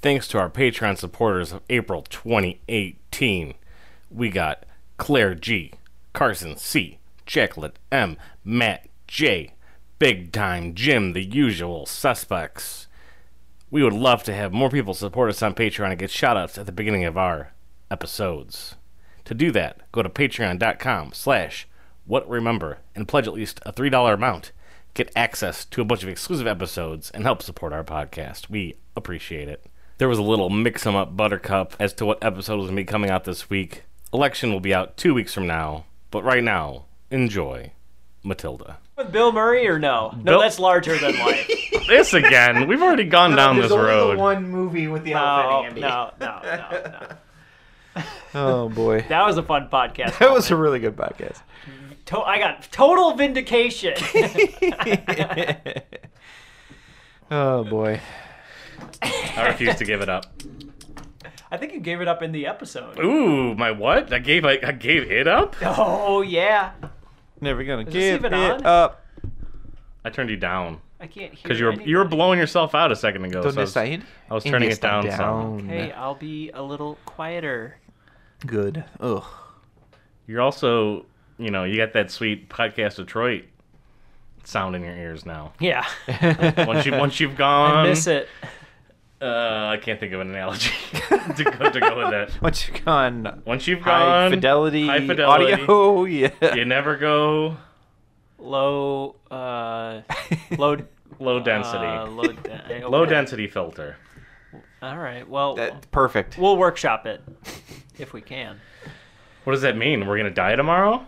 Thanks to our Patreon supporters of April 2018, we got Claire G, Carson C, Jacqueline M, Matt J, Big Time Jim, the usual suspects. We would love to have more people support us on Patreon and get shoutouts at the beginning of our episodes. To do that, go to patreon.com slash whatremember and pledge at least a $3 amount. Get access to a bunch of exclusive episodes and help support our podcast. We appreciate it. There was a little mix 'em up buttercup as to what episode was going to be coming out this week. Election will be out two weeks from now, but right now, enjoy Matilda. with Bill Murray or no? No, Bill- that's larger than life. This again, we've already gone down There's this only road. the one movie with the Oh, no, elephant, Andy. no, no, no, no. Oh boy, That was a fun podcast. that was a really good podcast. To- I got total vindication. Oh boy, I refuse to give it up. I think you gave it up in the episode. Ooh, my what? I gave I, I gave it up? Oh yeah, never gonna this give even it on? up. I turned you down I can't hear. because you were you were blowing yourself out a second ago. so I was- understand? I was turning it down some. Hey, I'll be a little quieter. Good. Ugh. You're also, you know, you got that sweet podcast Detroit sound in your ears now. Yeah, Once you once you've gone, miss it. Uh, I can't think of an analogy to, go, to go with that. Once you've gone Once you've high gone fidelity, high fidelity, audio, yeah. you never go Low, uh, low low density, Uh, low, de- low okay. density filter. All right. Well, That- perfect. we'll workshop it if we can. What does that mean? We're gonna die tomorrow?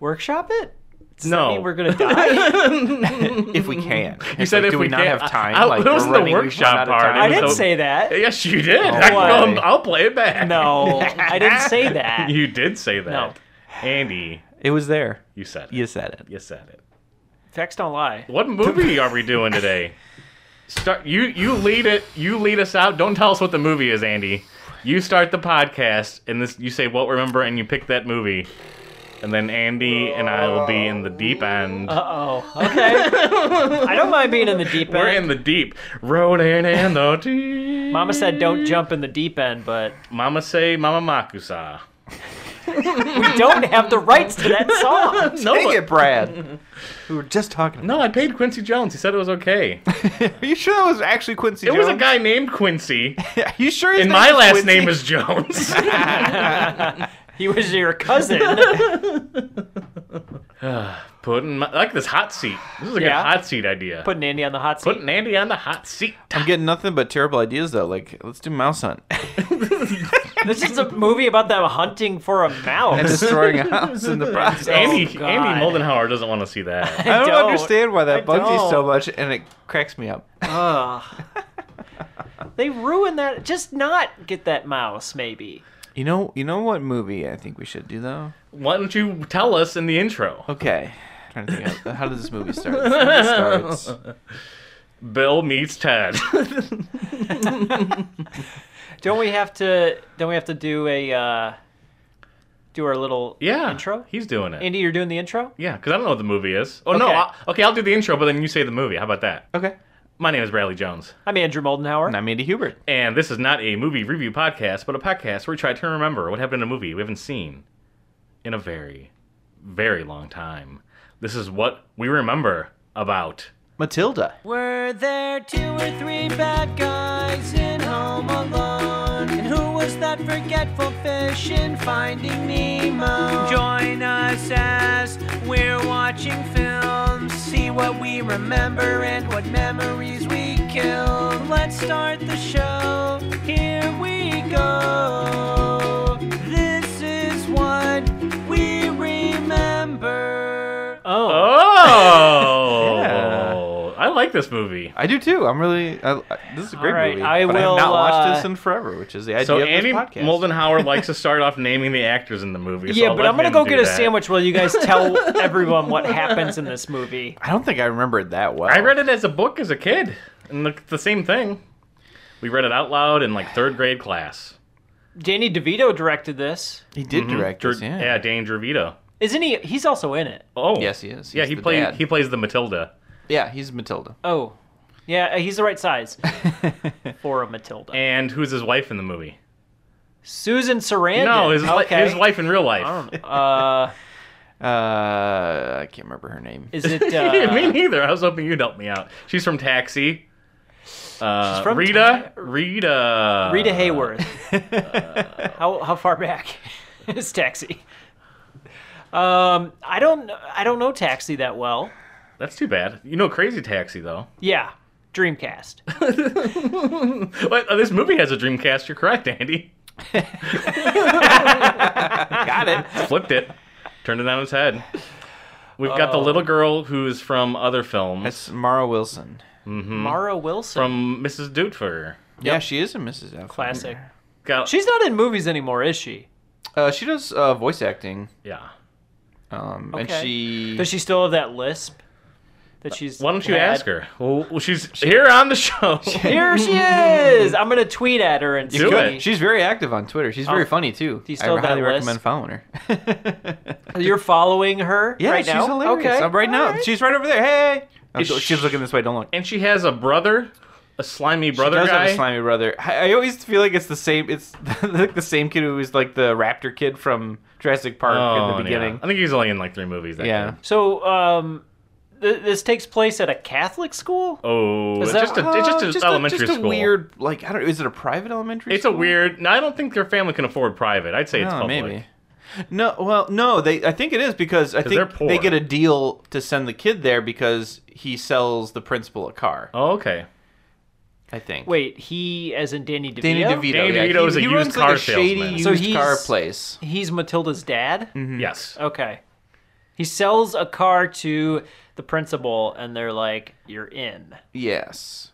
Workshop it. Does No. that mean we're gonna die. if we can. You said like, if do we we, not can't- have time? I- like, it was we're the running, we've workshop run out of part. It time. I was didn't the- say that. Yes, you did. I can Why? go- I'll play it back. No, I didn't say that. you did say that. No. Andy, It was there. you said it. You said it. You said it. Facts don't lie. What movie are we doing today? Start you you lead it. You lead us out. Don't tell us what the movie is, Andy. You start the podcast, and this you say what remember, and you pick that movie, and then Andy and I will be in the deep end. Uh oh. Okay. I don't mind being in the deep end. We're in the deep. Ronan and the deep. Mama said don't jump in the deep end, but Mama say Mama Makusa. we don't have the rights to that song. No, Dang but- it, Brad. we were just talking. no, I paid Quincy Jones. He said it was okay. Are you sure that was actually Quincy? It was a Jones? guy named Quincy, Are you sure? his and name my was last Quincy? name is Jones. He was your cousin. Putting my, I like this hot seat. This is a Yeah. good hot seat idea. Putting Andy on the hot seat. Putting Andy on the hot seat. Oh, I'm getting nothing but terrible ideas though. Like, let's do mouse hunt This is a movie about them hunting for a and mouse. Oh, destroying a house in the process. Andy God. Andy Moldenhauer doesn't want to see that. I don't, don't. understand why that I bugs you so don't. much, and it cracks me up. Ugh. They ruined that. Just not get that mouse, maybe. You know, you know what movie I think we should do though. Why don't you tell us in the intro? Okay, trying to think. How, how does this movie start? It starts. Bill meets Ted. Don't we have to? Don't we have to do a uh, do our little yeah. intro? He's doing it. Andy, you're doing the intro. yeah, because I don't know what the movie is. Oh no. Okay. I, okay, I'll do the intro, but then you say the movie. How about that? Okay, My name is Bradley Jones, I'm Andrew Moldenhauer. and I'm Andy Hubert. and this is not a movie review podcast, but a podcast where we try to remember what happened in a movie we haven't seen in a very, very long time. This is what we remember about. Matilda. Were there two or three bad guys in Home Alone? And who was that forgetful fish in Finding Nemo? Join us as we're watching films. See what we remember and what memories we kill. Let's start the show. Here we go. This is what we remember. Oh. Oh, Yeah. I like this movie. I do too. I'm really. I, I- this is a great right, movie. I but will, I have not watched uh, this in forever, which is the idea So of this Andy podcast. Moldenhauer likes to start off naming the actors in the movie. so Yeah, I'll but let I'm gonna him go do get a that. sandwich while you guys tell everyone what happens in this movie. I don't think I remembered that well. I read it as a book as a kid, and it's the same thing. We read it out loud in like third grade class. Danny DeVito directed this, He did direct Dr- this, yeah. Danny DeVito. isn't he? He's also in it. Oh, Yes, he is. yeah, He's he the plays dad. he plays the Matilda. Yeah, he's Matilda. Oh, Yeah, he's the right size for a Matilda. And who's his wife in the movie? Susan Sarandon. No, his, li- okay. his wife in real life. Oh. I don't know. Uh, Uh, I can't remember her name. is it Me uh, neither. I was hoping you'd help me out. She's from Taxi. Uh, She's from Rita. Rita. Rita Hayworth? Uh, how how far back is Taxi? Um, I don't I don't know Taxi that well. That's too bad. You know Crazy Taxi though. Yeah, Dreamcast. Hmm. What? Oh, this movie has a Dreamcast. You're correct, Andy. Got it. Flipped it, turned it on its head. We've got Oh. the little girl who's from other films, That's Mara Wilson. Mara Wilson. from Mrs. Doubtfire. Yeah, she is a Mrs. F. Classic. Got She's not in movies anymore, is she? Uh, she does uh, voice acting. yeah. Um, and Okay. she. Does she still have that lisp? That she's. Why don't you had? ask her? Well, well, she's here on the show. Here she is. I'm gonna tweet at her and Do see. it. She's very active on Twitter. She's very funny too. you still I have that highly list? recommend following her. You're following her yeah, right she's now. hilarious. Okay, Uh, right now, Alright. she's right over there. Hey, Oh, Is she's she- looking this way. Don't look. and she has a brother, a slimy brother she does guy. have a slimy brother. I, I always feel like it's the same. It's like the same kid who was like the raptor kid from Jurassic Park Oh, in the yeah. beginning. I think he's only in like three movies. That Yeah. kid. So, um, th- this takes place at a Catholic school. Oh, Is it's that- just a, it's just Uh, an just elementary a, just school. A weird, like I don't. Is it a private elementary? It's a school? weird. No, I don't think their family can afford private. I'd say it's Oh, public. maybe. No, well, no. They, I think it is because I they're think poor. they get a deal to send the kid there because he sells the principal a car. Oh, okay. I think. Wait, he as in Danny DeVito. Danny DeVito. Danny yeah. DeVito He- is a he used runs, car like a shady salesman. used So car he's- place. He's Matilda's dad. Mm-hmm. Yes. Okay. He sells a car to the principal, and they're like, "You're in." Yes,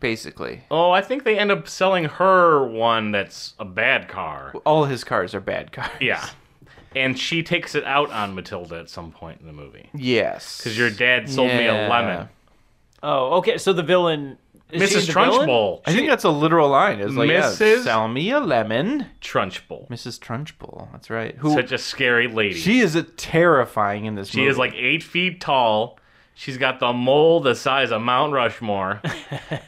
basically. Oh, I think they end up selling her one that's a bad car. All his cars are bad cars. Yeah. And she takes it out on Matilda at some point in the movie. Yes. Because your dad sold me a Yeah. lemon. Oh, okay. So the villain, is she Mrs. the villain? Trunchbull. I think that's a literal line. It's like, yeah, Mrs. sell me a lemon. Trunchbull. Mrs. Trunchbull. That's right. Who? Such a scary lady. She, she is a terrifying in this movie. is like eight feet tall. She's got the mole the size of Mount Rushmore.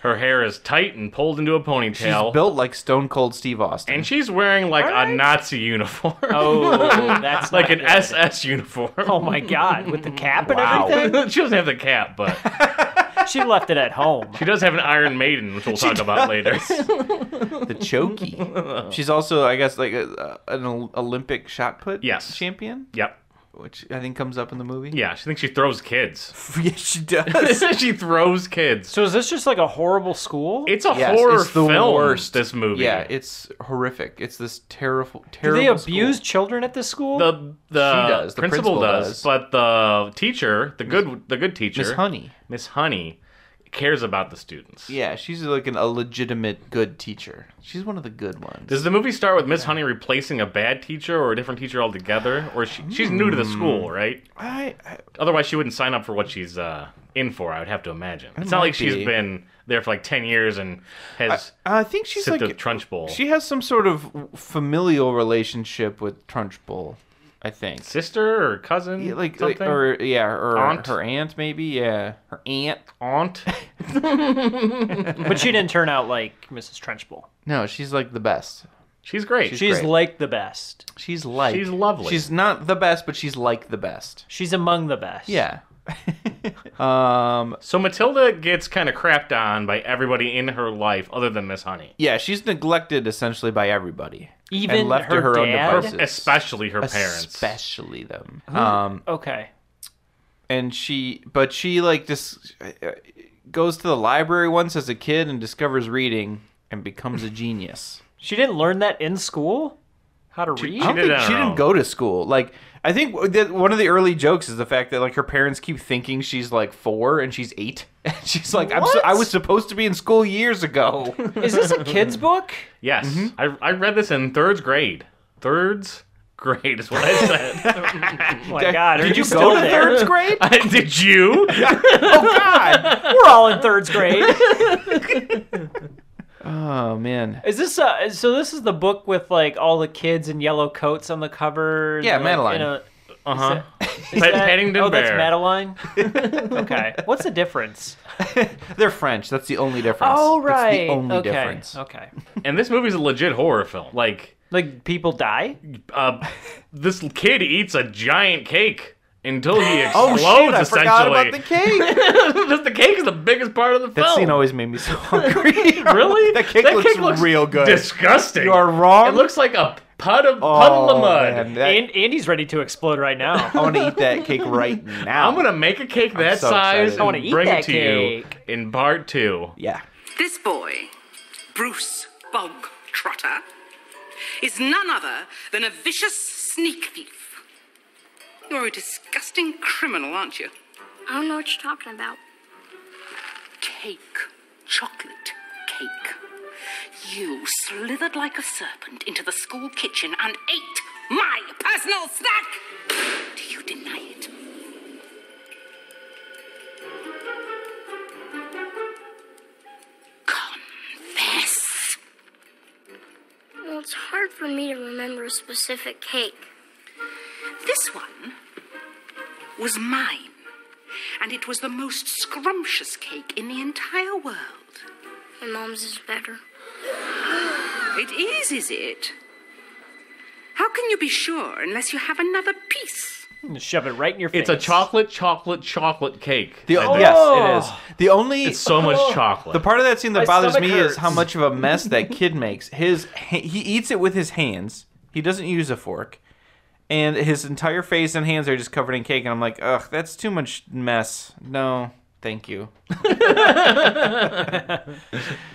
Her hair is tight and pulled into a She's ponytail. built like Stone Cold Steve Austin. and she's wearing like a Nazi uniform. Oh, that's like not an good. SS uniform. Oh my god, with the cap and everything. she doesn't have the cap, but She left it at home. she does have an Iron Maiden, which we'll talk about later. the chokey. She's also, I guess, like a, a, an Ol- Olympic shot put Yes. champion, yep. which I think comes up in the movie. Yeah, she thinks she throws kids. yeah she does. she throws kids. So is this just like a horrible school? It's a Yes, horror it's the film. worst. This movie. yeah, it's horrific. It's this terrible, Do terrible. they abuse school. children at this school? the the She does, the principal, principal does, does. but the teacher, the good the good teacher, Miss Honey? Miss Honey, cares about the students. Yeah, she's like an, a legitimate good teacher. She's one of the good ones. Does the movie start with Miss Honey replacing a bad teacher or a different teacher altogether, or is she, she's new to Hmm. the school, right? I, I Otherwise, she wouldn't sign up for what she's uh, in for. I would have to imagine. It's not might like she's be. been there for like ten years and has I think she's sipped like a Trunch bowl. She has some sort of familial relationship with Trunchbull, I think. Sister or cousin, Yeah, like, like- something, or yeah, or Aunt? her aunt maybe, yeah, her aunt. aunt. but she didn't turn out like Mrs. Trenchbull. No, she's like the best. She's great. She's She's Great. like the best. She's like She's lovely. She's not the best, but she's like the best. She's among the best. Yeah. um. So Matilda gets kind of crapped on by everybody in her life other than Miss Honey. Yeah, she's neglected essentially by everybody, Even and left to her her own dad? devices, Especially her parents. especially them. Um. Okay. and she but she like just goes to the library once as a kid and discovers reading and becomes a genius She didn't learn that in school? How to read? i don't did it think on she her didn't own. go to school like i think that one of the early jokes is the fact that like her parents keep thinking she's like four and she's eight and she's like I'm so, What? i was supposed to be in school years ago Is this a kid's book? Yes. Mm-hmm. I, I read this in third grade. Thirds grade is what I said. Oh my god, are did you still go to there? third grade Did you? oh god We're all in third grade. oh man Is this uh so this is the book with like all the kids in yellow coats on the cover? Yeah, like, Madeline. in a- Uh huh. Is Pat- Paddington oh, that's Bear. Madeline. okay, what's the difference? They're French. That's the only difference. Oh right, It's the only okay. difference. Okay, And this movie's a legit horror film. Like, like people die. uh, this kid eats a giant cake until he explodes. Oh shit! I essentially, forgot about the cake. Just the cake is the biggest part of the that film. scene always made me so hungry. really? That cake looks real good. Disgusting. You are wrong. It looks like a pud of Oh, puddle of mud. man, that- And Andy's ready to explode right now. I want to eat that cake right now. I'm gonna make a cake that so excited. size I wanna and eat bring that it to cake. you in part two. Yeah. This boy, Bruce Bog Trotter, is none other than a vicious sneak thief. You're a disgusting criminal, aren't you? I don't know what you're talking about. Cake, chocolate cake. You slithered like a serpent into the school kitchen and ate my personal snack! Do you deny it? Confess! Well, it's hard for me to remember a specific cake. This one was mine, and it was the most scrumptious cake in the entire world. My mom's is better. It is, is it? How can you be sure unless you have another piece? Shove it right in your face. It's a chocolate, chocolate, chocolate cake. The, I think. Yes, it is. The only It's so much chocolate. the part of that scene My that bothers stomach me is how hurts. much of a mess that kid makes. His ha- he eats it with his hands. He doesn't use a fork, and his entire face and hands are just covered in cake. And I'm like, ugh, that's too much mess. No, thank you.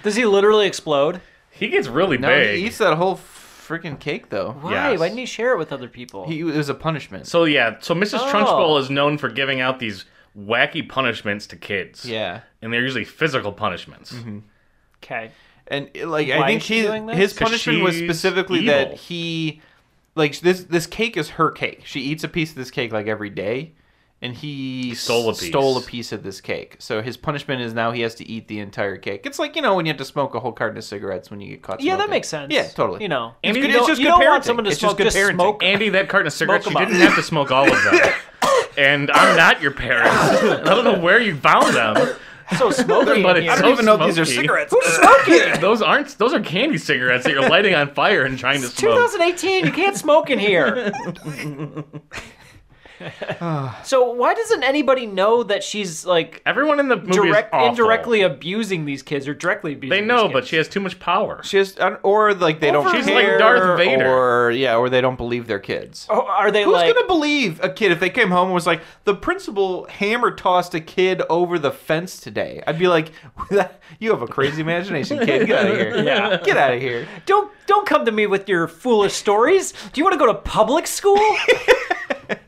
Does he literally explode? he gets really No, big. he eats that whole freaking cake though. Why? Yes. Why didn't he share it with other people? He, it was a punishment. So yeah, so Mrs. Oh. Trunchbull is known for giving out these wacky punishments to kids. yeah. and they're usually physical punishments. okay. and like Why I think is she his, doing this? his 'Cause punishment was she's specifically evil. that he like this this cake is her cake. She eats a piece of this cake like every day, and he Stole a s- piece. stole a piece of this cake. So his punishment is now he has to eat the entire cake. It's like you know when you have to smoke a whole carton of cigarettes when you get caught. Yeah, that smoking. makes sense. Yeah, totally. You know, it's, you good, don't- it's just you good don't parenting. want someone to it's smoke. just Just, good parenting. smoke. Andy, that carton of cigarettes, you Smoke 'em didn't have to smoke all of them. and I'm not your parents. I don't know where you found them. So smoking. But in it's here. I don't so even know if these are smoky. cigarettes. Who's smoking? Those aren't those are candy cigarettes that you're lighting on fire and trying to smoke. 2018. You can't smoke in here. so why doesn't anybody know that she's like Everyone in the movie direct, is awful. indirectly abusing these kids or directly abusing? They know, these but kids? she has too much power. Just or like they don't She's like care, Darth Vader. or yeah, or they don't believe their kids. Oh, are they Who's like? gonna believe a kid if they came home and was like, the principal hammer tossed a kid over the fence today? I'd be like, you have a crazy imagination, kid. Get out of here. Yeah. Get out of here. Don't don't come to me with your foolish stories. Do you want to go to public school? I'd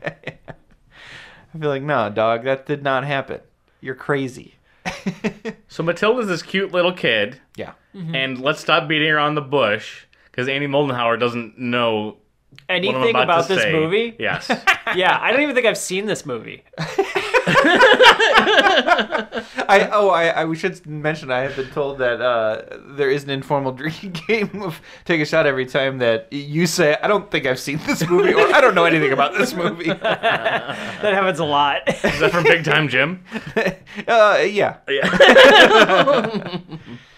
be like, no, dog, that did not happen. You're crazy. So Matilda's this cute little kid, Yeah. Mm-hmm. and let's stop beating around the bush because Andy Moldenhauer doesn't know what Anything I'm about, to this say. movie? Yes. Yeah, I don't even think I've seen this movie. I oh I, I we should mention I have been told that uh, there is an informal drinking game of take a shot every time that you say I don't think I've seen this movie or I don't know anything about this movie. Uh, That happens a lot. Is that from Big Time Jim? yeah.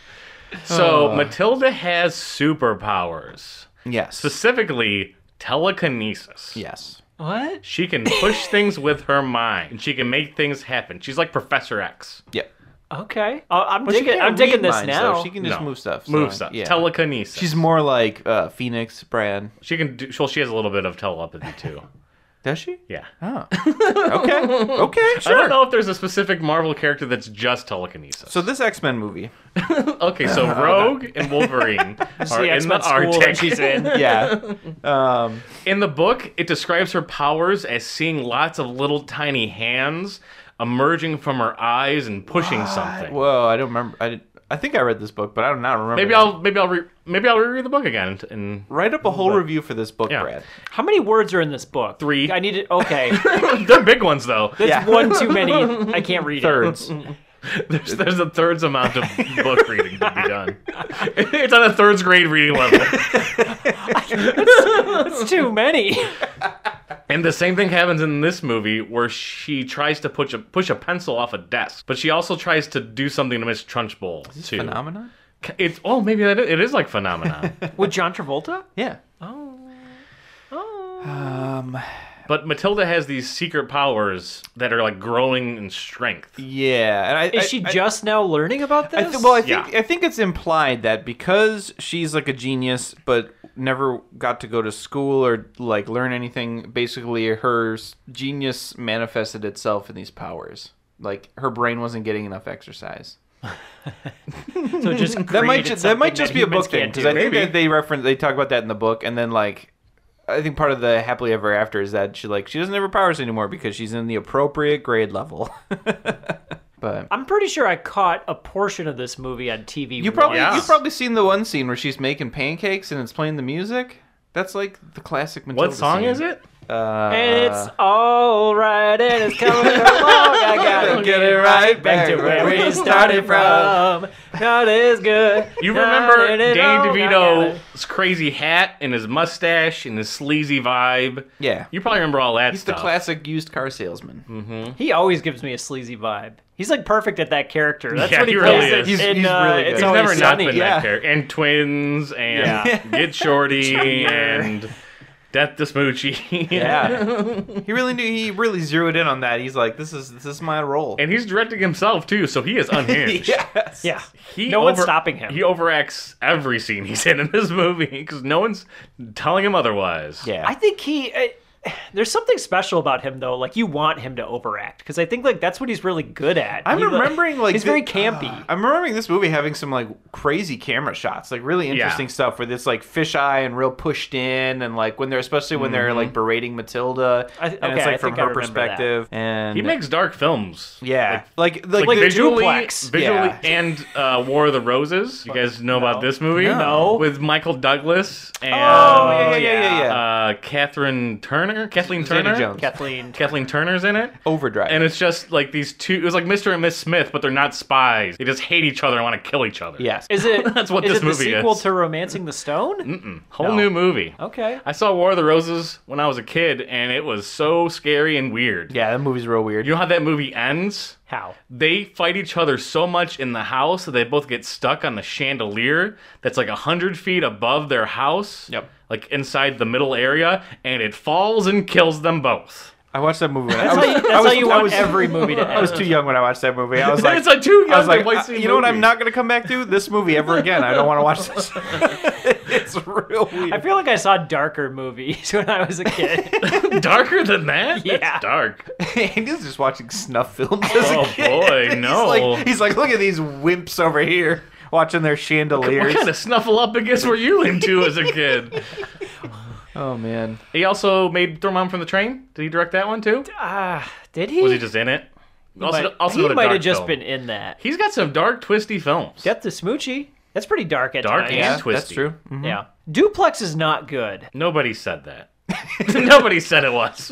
Uh. So Matilda has superpowers, Yes. specifically telekinesis. Yes. what? She can push things with her mind, and she can make things happen. She's like Professor X. Yep. Okay. Oh, I'm But she digging. can't I'm digging read this minds, now. though. She can just No. move stuff. so, Move stuff. yeah. Telekinesis. She's more like uh, Phoenix Brand. She can do. Well, she has a little bit of telepathy too. Does she? Yeah. Oh. okay. Okay. I don't Sure. know if there's a specific Marvel character that's just telekinesis. So this X Men movie. okay, so Rogue and Wolverine are in the the X-Men school that Arctic. she's in. Yeah. um, In the book, it describes her powers as seeing lots of little tiny hands emerging from her eyes and pushing something. whoa. I don't remember. I did, I think I read this book, but I do not remember. Maybe that. I'll maybe I'll re- maybe I'll reread the book again and write up a whole review for this book, Yeah. Brad. How many words are in this book? Three. I need to. Okay. That's They're big ones though. Yeah. one too many. I can't read Thirds. There's, there's a thirds amount of book reading to be done. It's on a thirds grade reading level. it. It's too many. And the same thing happens in this movie where she tries to push a push a pencil off a desk, but she also tries to do something to Miss Trunchbull too. Phenomenon? It's oh maybe that is, it is like phenomenon. With John Travolta? Yeah. but Matilda has these secret powers that are like growing in strength. Yeah. And I, Is I- she I- just now learning about I this? th- well, I think Yeah. I think it's implied that because she's like a genius, but never got to go to school or like learn anything. Basically, her s- genius manifested itself in these powers. Like her brain wasn't getting enough exercise. so just That might created ju- that something might just that be a humans book thing can't do. because I think Maybe. that they reference they talk about that in the book, and then like I think part of the happily ever after is that she like she doesn't have her powers anymore because she's in the appropriate grade level. but I'm pretty sure I caught a portion of this movie on TV. You probably Yeah. you've probably seen the one scene where she's making pancakes and it's playing the music. That's like the classic Matilda What song scene. is it? Uh, It's all right, and it's coming along. I gotta get it right back to where we started from. Not as good. You Not remember at it Danny all. DeVito's crazy hat and his mustache and his sleazy vibe. yeah. You probably remember all that He's the stuff. classic used car salesman. He always gives me a sleazy vibe. He's like perfect at that character. That's Yeah, what he, he really plays is. in- He's- in, he's uh, really good. It's He's He's always never not sunny. been Yeah. that character. And twins and Yeah. get shorty and death to smoochie. Yeah. he really knew. He really zeroed in on that. He's like, this is this is my role. And he's directing himself too, so he is unhinged. yes. Yeah. He no one's over- stopping him. He overacts every scene he's in in this movie because no one's telling him otherwise. Yeah. I think he. Uh, there's something special about him though. Like you want him to overact because I think like that's what he's really good at. I'm He, like- remembering like he's the- uh, very campy. I'm remembering this movie having some like crazy camera shots, like really interesting stuff where it's like fisheye and real pushed in, and like when they're especially when they're like berating Matilda, Mm-hmm. I th- and okay, it's like I from think I her remember that. perspective. And He makes dark films. yeah, like like, Like the- visually, Duplex. visually, Yeah. and uh, War of the Roses. You guys know about this movie? No. With Michael Douglas and Oh, yeah, yeah, yeah, yeah, yeah. uh, Catherine Turner, Kathleen Zeta Turner, Jones. Kathleen. Kathleen Turner's in it. Overdrive. And it's just like these two. It was like Mr. and Miss Smith, but they're not spies. They just hate each other and want to kill each other. yes. Is it? That's what is this it movie the sequel is. to Romancing the Stone? Whole No. new movie. Okay. I saw War of the Roses when I was a kid, and it was so scary and weird. yeah, that movie's real weird. You know how that movie ends? How? They fight each other so much in the house that they both get stuck on the chandelier that's like a hundred feet above their house. Yep. Like inside the middle area, and it falls and kills them both. I watched that movie. When That's I was, how you, that's I was, how you I want was, every movie to I was end. too young when I watched that movie. I was like, it's like too young. I was to like, watch I- the you know what? I'm movie. not gonna come back to this movie ever again. I don't want to watch this. it's real weird. I feel like I saw darker movies when I was a kid. darker than that. That's Yeah. dark. Andy's just watching snuff films. as a Oh kid. boy, no. He's oh. like, he's like, look at these wimps over here watching their what chandeliers. kind of snuffleupagus were you into as a kid? oh man, He also made Throw Mom from the Train. Did he direct that one too? Ah, did he? Was he just in it? Also, But also he another might have dark just film. been in that. He's got some dark, twisty films. Death to Smoochie. That's pretty dark at Dark Mm-hmm. times. and yeah, that's twisty. true. Mhm. Yeah. Duplex is not good. Nobody said that. Nobody said it was.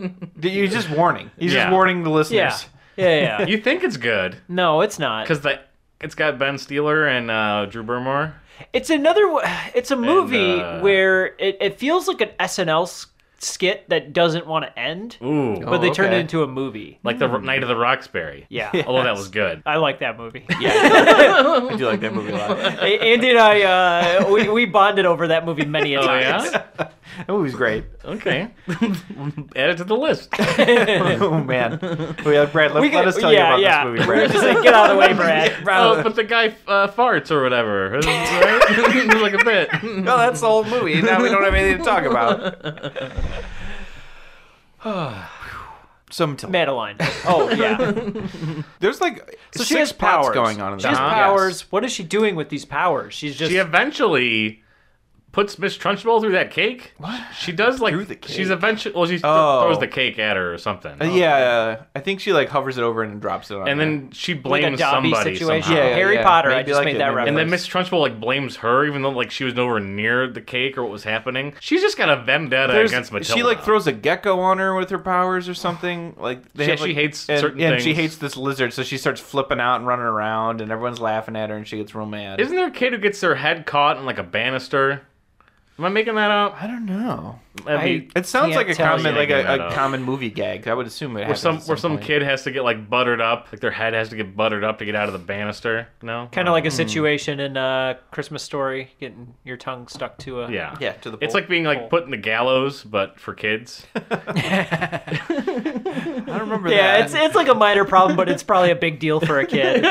He's just warning. He's Yeah. just warning the Yeah. listeners. Yeah, yeah. you think it's good no, it's not. because the it's got Ben Stiller and uh, Drew Barrymore. It's another. w- It's a movie uh, where it, it feels like an SNL s- skit that doesn't want to end, Ooh, but they turn it okay. into a movie. Oh, like the Night of the Roxbury. Yeah. Although that was good. I like that movie. I do like that movie a lot. that A- Andy and I, uh, we, we bonded over that movie many a Oh time. yeah. movie's great. Okay. Add it to the list. Oh man, we have Brad. Let, We let could- us tell yeah, you yeah. about this movie, Brad. Just like, get out of the way, Brad. Oh, but the guy uh, farts or whatever. Right? It's like a bit. no, that's the whole movie. Now we don't have anything to talk about. Some t- Madeline. Oh yeah. there's like So six she has plots powers going on. In She has this movie. powers. What is she doing with these powers? She's just She eventually puts Miss Trunchbull through that cake. What? She does like Through the cake? she's eventually well she th- Oh. throws the cake at her or something. Oh, Uh, Yeah, uh, I think she like hovers it over and drops it on. And her. then she like blames a Dobby somebody situation. somehow. Yeah, yeah, Harry yeah. Potter. I Maybe just like made it, that maybe like reference. And then Miss Trunchbull like blames her, even though like she was nowhere near the cake or what was happening. She's just got a vendetta There's- against Matilda. She like throws a gecko on her with her powers or something. Like they She- have, she like- hates and, certain and she things. hates this lizard, so she starts flipping out and running around, and everyone's laughing at her, and she gets real mad. Isn't there a kid who gets their head caught in like a banister? Am I making that up? I don't know. I mean, It sounds can't like a tell common, you. like Making a, that a up. common movie gag. I would assume it. where some, at where some point. kid has to get like buttered up, like their head has to get buttered up to get out of the banister. No, Kind of like a Hmm. situation in a Christmas story, getting your tongue stuck to a. yeah, Yeah, to the It's pole. like being like put in the gallows, but for kids. I don't remember that. Yeah, it's it's like a minor problem, but it's probably a big deal for a kid.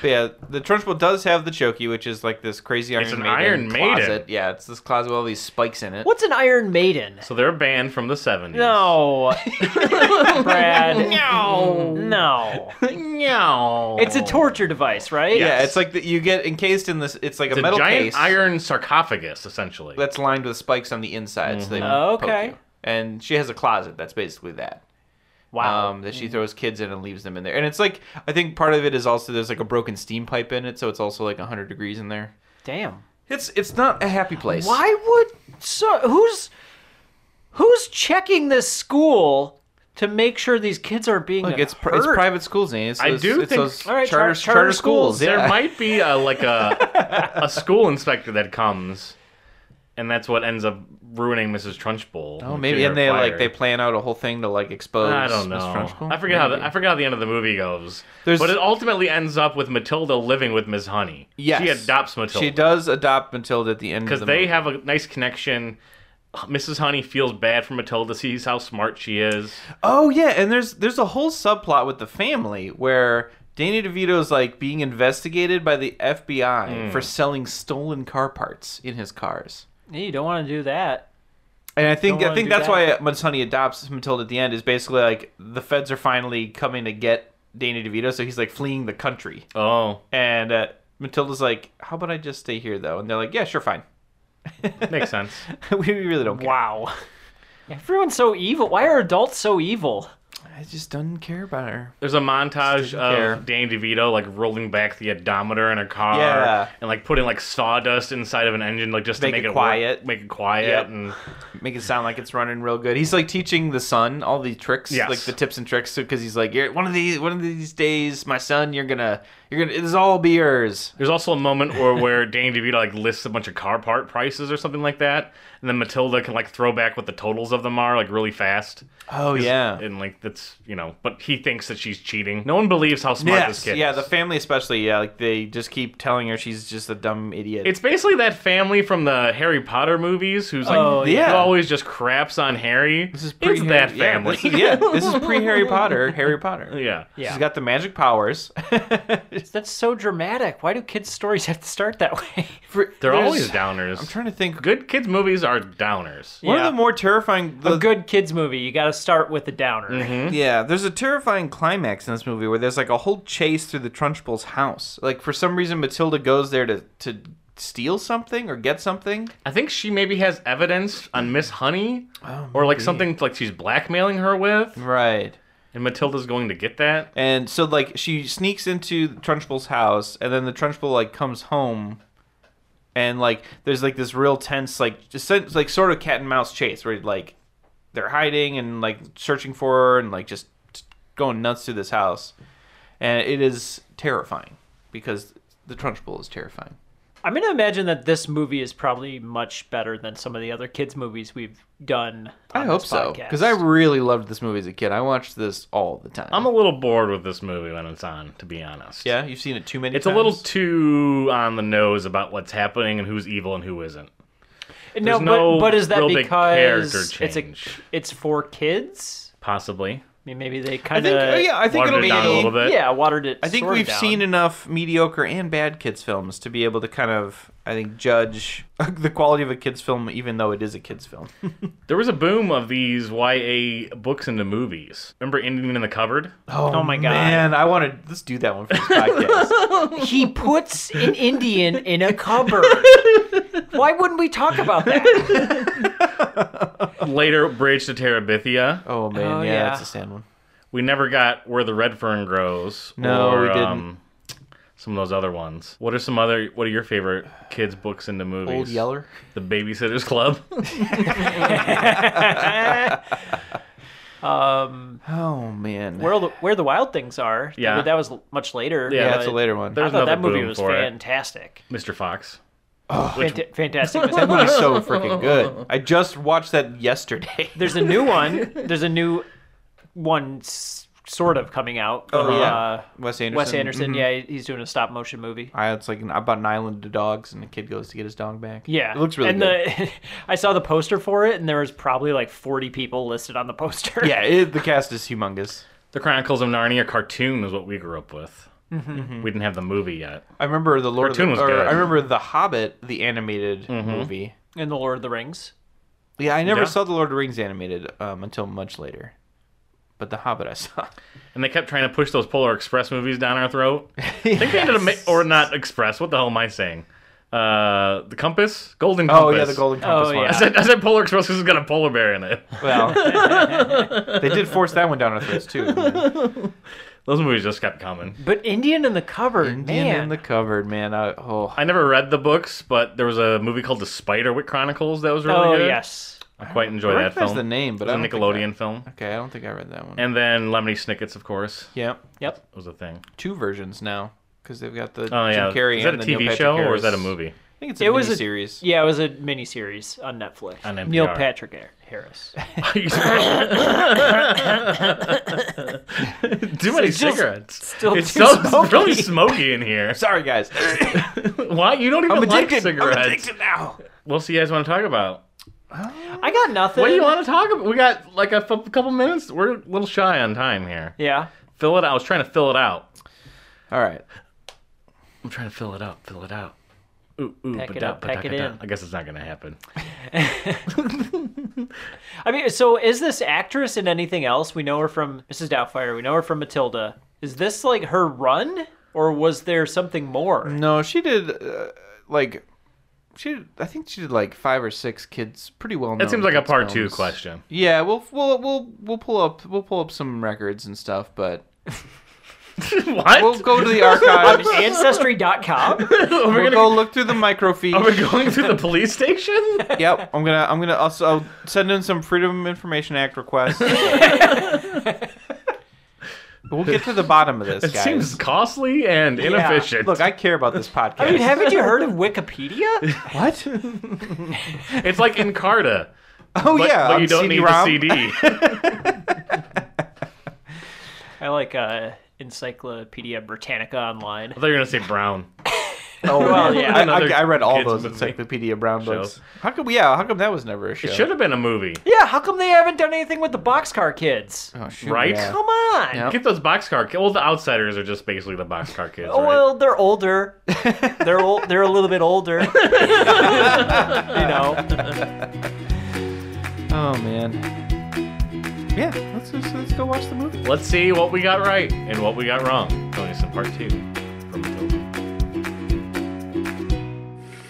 But yeah, the Trunchbull does have the Choki, which is like this crazy Iron It's an Maiden Iron Maiden. closet. Yeah, it's this closet with all these spikes in it. What's an Iron Maiden? So they're banned from the seventies. No, Brad. no, No, no. it's a torture device, right? Yeah, Yes. it's like that you get encased in this. It's like It's a metal giant case iron sarcophagus, essentially. that's lined with spikes on the inside. So they Mm-hmm. Oh, poke okay. you. And she has a closet that's basically that. Wow. Um, that she throws kids in and leaves them in there. And it's like I think part of it is also there's like a broken steam pipe in it, so it's also like 100 degrees in there. Damn. It's it's not a happy place. Why would so? Who's who's checking this school to make sure these kids aren't being Look, it's pri- hurt? it's private schools, Nate. It's I those, do it's think- those All right, char- charter, charter charter schools. schools, Yeah. there might be a, like a a school inspector that comes, and that's what ends up ruining Mrs. Trunchbull. Oh, maybe and they like they plan out a whole thing to like expose. I don't Miss know. Trunchbull? I forget how the, Maybe. I forget how the end of the movie goes. There's- But it ultimately ends up with Matilda living with Miss Honey. Yes. she adopts Matilda She does adopt Matilda at the end because of the they movie. have a nice connection. Mrs. Honey feels bad for Matilda, sees how smart she is. Oh yeah, and there's there's a whole subplot with the family where Danny DeVito's like being investigated by the FBI for selling stolen car parts in his cars. you don't want to do that. And I think Don't I wanna think do that's that. why Miss Honey adopts Matilda at the end is basically like the feds are finally coming to get Danny DeVito, so he's like fleeing the country. Oh, And uh, Matilda's like, "How about I just stay here though?" And they're like, "Yeah, sure, fine. makes sense. we we really don't care. Wow. Everyone's so evil. Why are adults so evil? I just don't care about her." There's a montage Doesn't care. of Danny DeVito like rolling back the odometer in a car Yeah. and like putting like sawdust inside of an engine like just Make to make it it, work- quiet. make it quiet Yep. and Make it sound like it's running real good. He's like teaching the son all the tricks, Yes. like the tips and tricks, because he's like, "You're one of these, one of these days, my son, you're gonna, you're gonna, this is all be yours." There's also a moment or where Danny DeVito like lists a bunch of car part prices or something like that, and then Matilda can like throw back what the totals of them are like really fast. Oh yeah, and like that's you know, but he thinks that she's cheating. No one believes how smart this kid. yeah. is. The family, especially, yeah, like they just keep telling her she's just a dumb idiot. it's basically that family from the Harry Potter movies who's like Oh, yeah. who always just craps on Harry. This pre- it's that Harry- yeah, family. this is- Yeah, this is pre Harry Potter. Harry Potter. yeah. She's got the magic powers. That's so dramatic. Why do kids' stories have to start that way? For- They're there's- always downers. I'm trying to think. Good kids movies are downers. One Yeah. of the more terrifying. The, Mm-hmm. a good kids movie, you got to start with a downer. Yeah, there's a terrifying climax in this movie where there's like a whole chase through the Trunchbull's house. Like for some reason, Matilda goes there to to steal something or get something. I think she maybe has evidence on Miss Honey Oh, or like something like she's blackmailing her with. Right. And Matilda's going to get that. And so like she sneaks into Trunchbull's house, and then the Trunchbull like comes home, and like there's like this real tense like just sen- like sort of cat and mouse chase where like they're hiding and like searching for her and like just going nuts through this house, and it is terrifying because the Trunchbull is terrifying. I'm going to imagine that this movie is probably much better than some of the other kids' movies we've done. I on hope this so podcast. because I really loved this movie as a kid. I watched this all the time. I'm a little bored with this movie when it's on, to be honest. yeah, you've seen it too many. It's times. a little too on the nose about what's happening and who's evil and who isn't. no, there's no but, but is that real big character because it's a, change. it's for kids? Possibly. I mean, maybe they I kind think. of oh, yeah, I think watered it'll it be. down a little bit. yeah watered it. I think sorta we've down. seen enough mediocre and bad kids films to be able to kind of, I think, judge the quality of a kids film, even though it is a kids film. There was a boom of these YA books into movies. Remember Indian in the Cupboard? Oh my God. man! I want to let's do that one for this podcast. He puts an Indian in a cupboard. Why wouldn't we talk about that? Later, Bridge to Terabithia. oh man, Oh, yeah, yeah. that's a sad one. We never got Where the Red Fern Grows. No, or, we didn't. Um, some of those other ones. What are some other? What are your favorite kids' books into movies? Old Yeller. The Babysitters Club. Um, Oh man, where the where the wild things are. Yeah. but that was much later. Yeah, but yeah, that's a later one. I There's thought another that movie boom was for it. fantastic. Mr. Fox. Fant- fantastic. That Mr. movie's so freaking good. I just watched that yesterday. There's a new one. There's a new one, s- sort of coming out. Oh, yeah. Uh, Wes Anderson. Wes Anderson. Mhm. Yeah, he's doing a stop motion movie. I, it's like an, about an island of dogs, and a kid goes to get his dog back. Yeah, it looks really And good. the I saw the poster for it, and there was probably like 40 people listed on the poster. yeah, it, the cast is humongous. The Chronicles of Narnia cartoon is what we grew up with. Mm-hmm. We didn't have the movie yet. I remember the Lord Cartoon of was the, or good. I remember the Hobbit, the animated movie. in the Lord of the Rings. Yeah, I never Yeah. saw the Lord of the Rings animated um, until much later, but the Hobbit I saw. And they kept trying to push those Polar Express movies down our throat. I think they ended up, ma- or not Express. What the hell am I saying? Uh, the Compass, Golden Oh Compass. yeah, the Golden Compass Oh, one. yeah. I said, I said Polar Express because it's got a polar bear in it. Well, they did force that one down our throats too. Man. Those movies just kept coming. But Indian in the cupboard, Man. man. in the cupboard, man. I, oh, I never read the books, but there was a movie called The Spiderwick Chronicles that was really oh good. yes, I quite enjoy I that recognize film. the name, but It's I a don't think Nickelodeon film. I- okay, I don't think I read that one. And then Lemony Snicket's, of course, yeah, yep. was a thing. two versions now because they've got the Oh yeah, Jim Carrey is that a and the Neil TV Patrick show or is Harris. that a movie? I think it's It a was a- series. Yeah, it was a miniseries on Netflix. On Neil NPR. Patrick Har- Harris. too many It's just cigarettes. still it's too so it's really smoky. smoky in here. Sorry guys, Why you don't even I'm like addicted. cigarettes? I'm addicted now. What else do you guys want to talk about? I got nothing. What do you want to talk about? We got like a f- couple minutes. We're a little shy on time here. Yeah. Fill it out. I was trying to fill it out. All right. I'm trying to fill it up. Fill it out. Ooh, ooh, Pack it ba-da, up, pack it ba-da, in. ba-da. I guess it's not gonna happen. I mean, so is this actress in anything else? We know her from Mrs. Doubtfire. We know her from Matilda. Is this like her run, or was there something more? No, she did uh, like she. Did, I think she did like five or six kids, pretty well known. That seems like a kids part two films. question. Yeah, we'll we'll we'll we'll pull up we'll pull up some records and stuff, but what? we'll go to the archives. Ancestry.com. Are we we'll gonna Oh, go look through the microfiche. Are we going to the police station? Yep, I'm gonna I'm gonna also I'll send in some Freedom Information Act requests. we'll get to the bottom of this, It guys. seems costly and inefficient. Look, I care about this podcast. I mean, haven't you heard of Wikipedia? what? it's like Encarta. Oh But, yeah, but on you don't need the CD-ROM. CD. I like uh, Encyclopedia Britannica online. I thought you were gonna say Brown. Oh Well, well, yeah. yeah. I, Another I, I read all kids' those movie. Encyclopedia Brown books. Shows. How come? Yeah, how come that was never a show? It should have been a movie, Yeah, how come they haven't done anything with the Boxcar Kids? Oh, shoot, right? yeah. Come on. Yeah. Get those boxcar kids. Well, the outsiders are just basically the boxcar kids. Oh, right? Well, they're older. they're old. They're a little bit older. you know. Oh man. Yeah, let's just, let's go watch the movie. Let's see what we got right and what we got wrong. Join us in part two. From Matilda.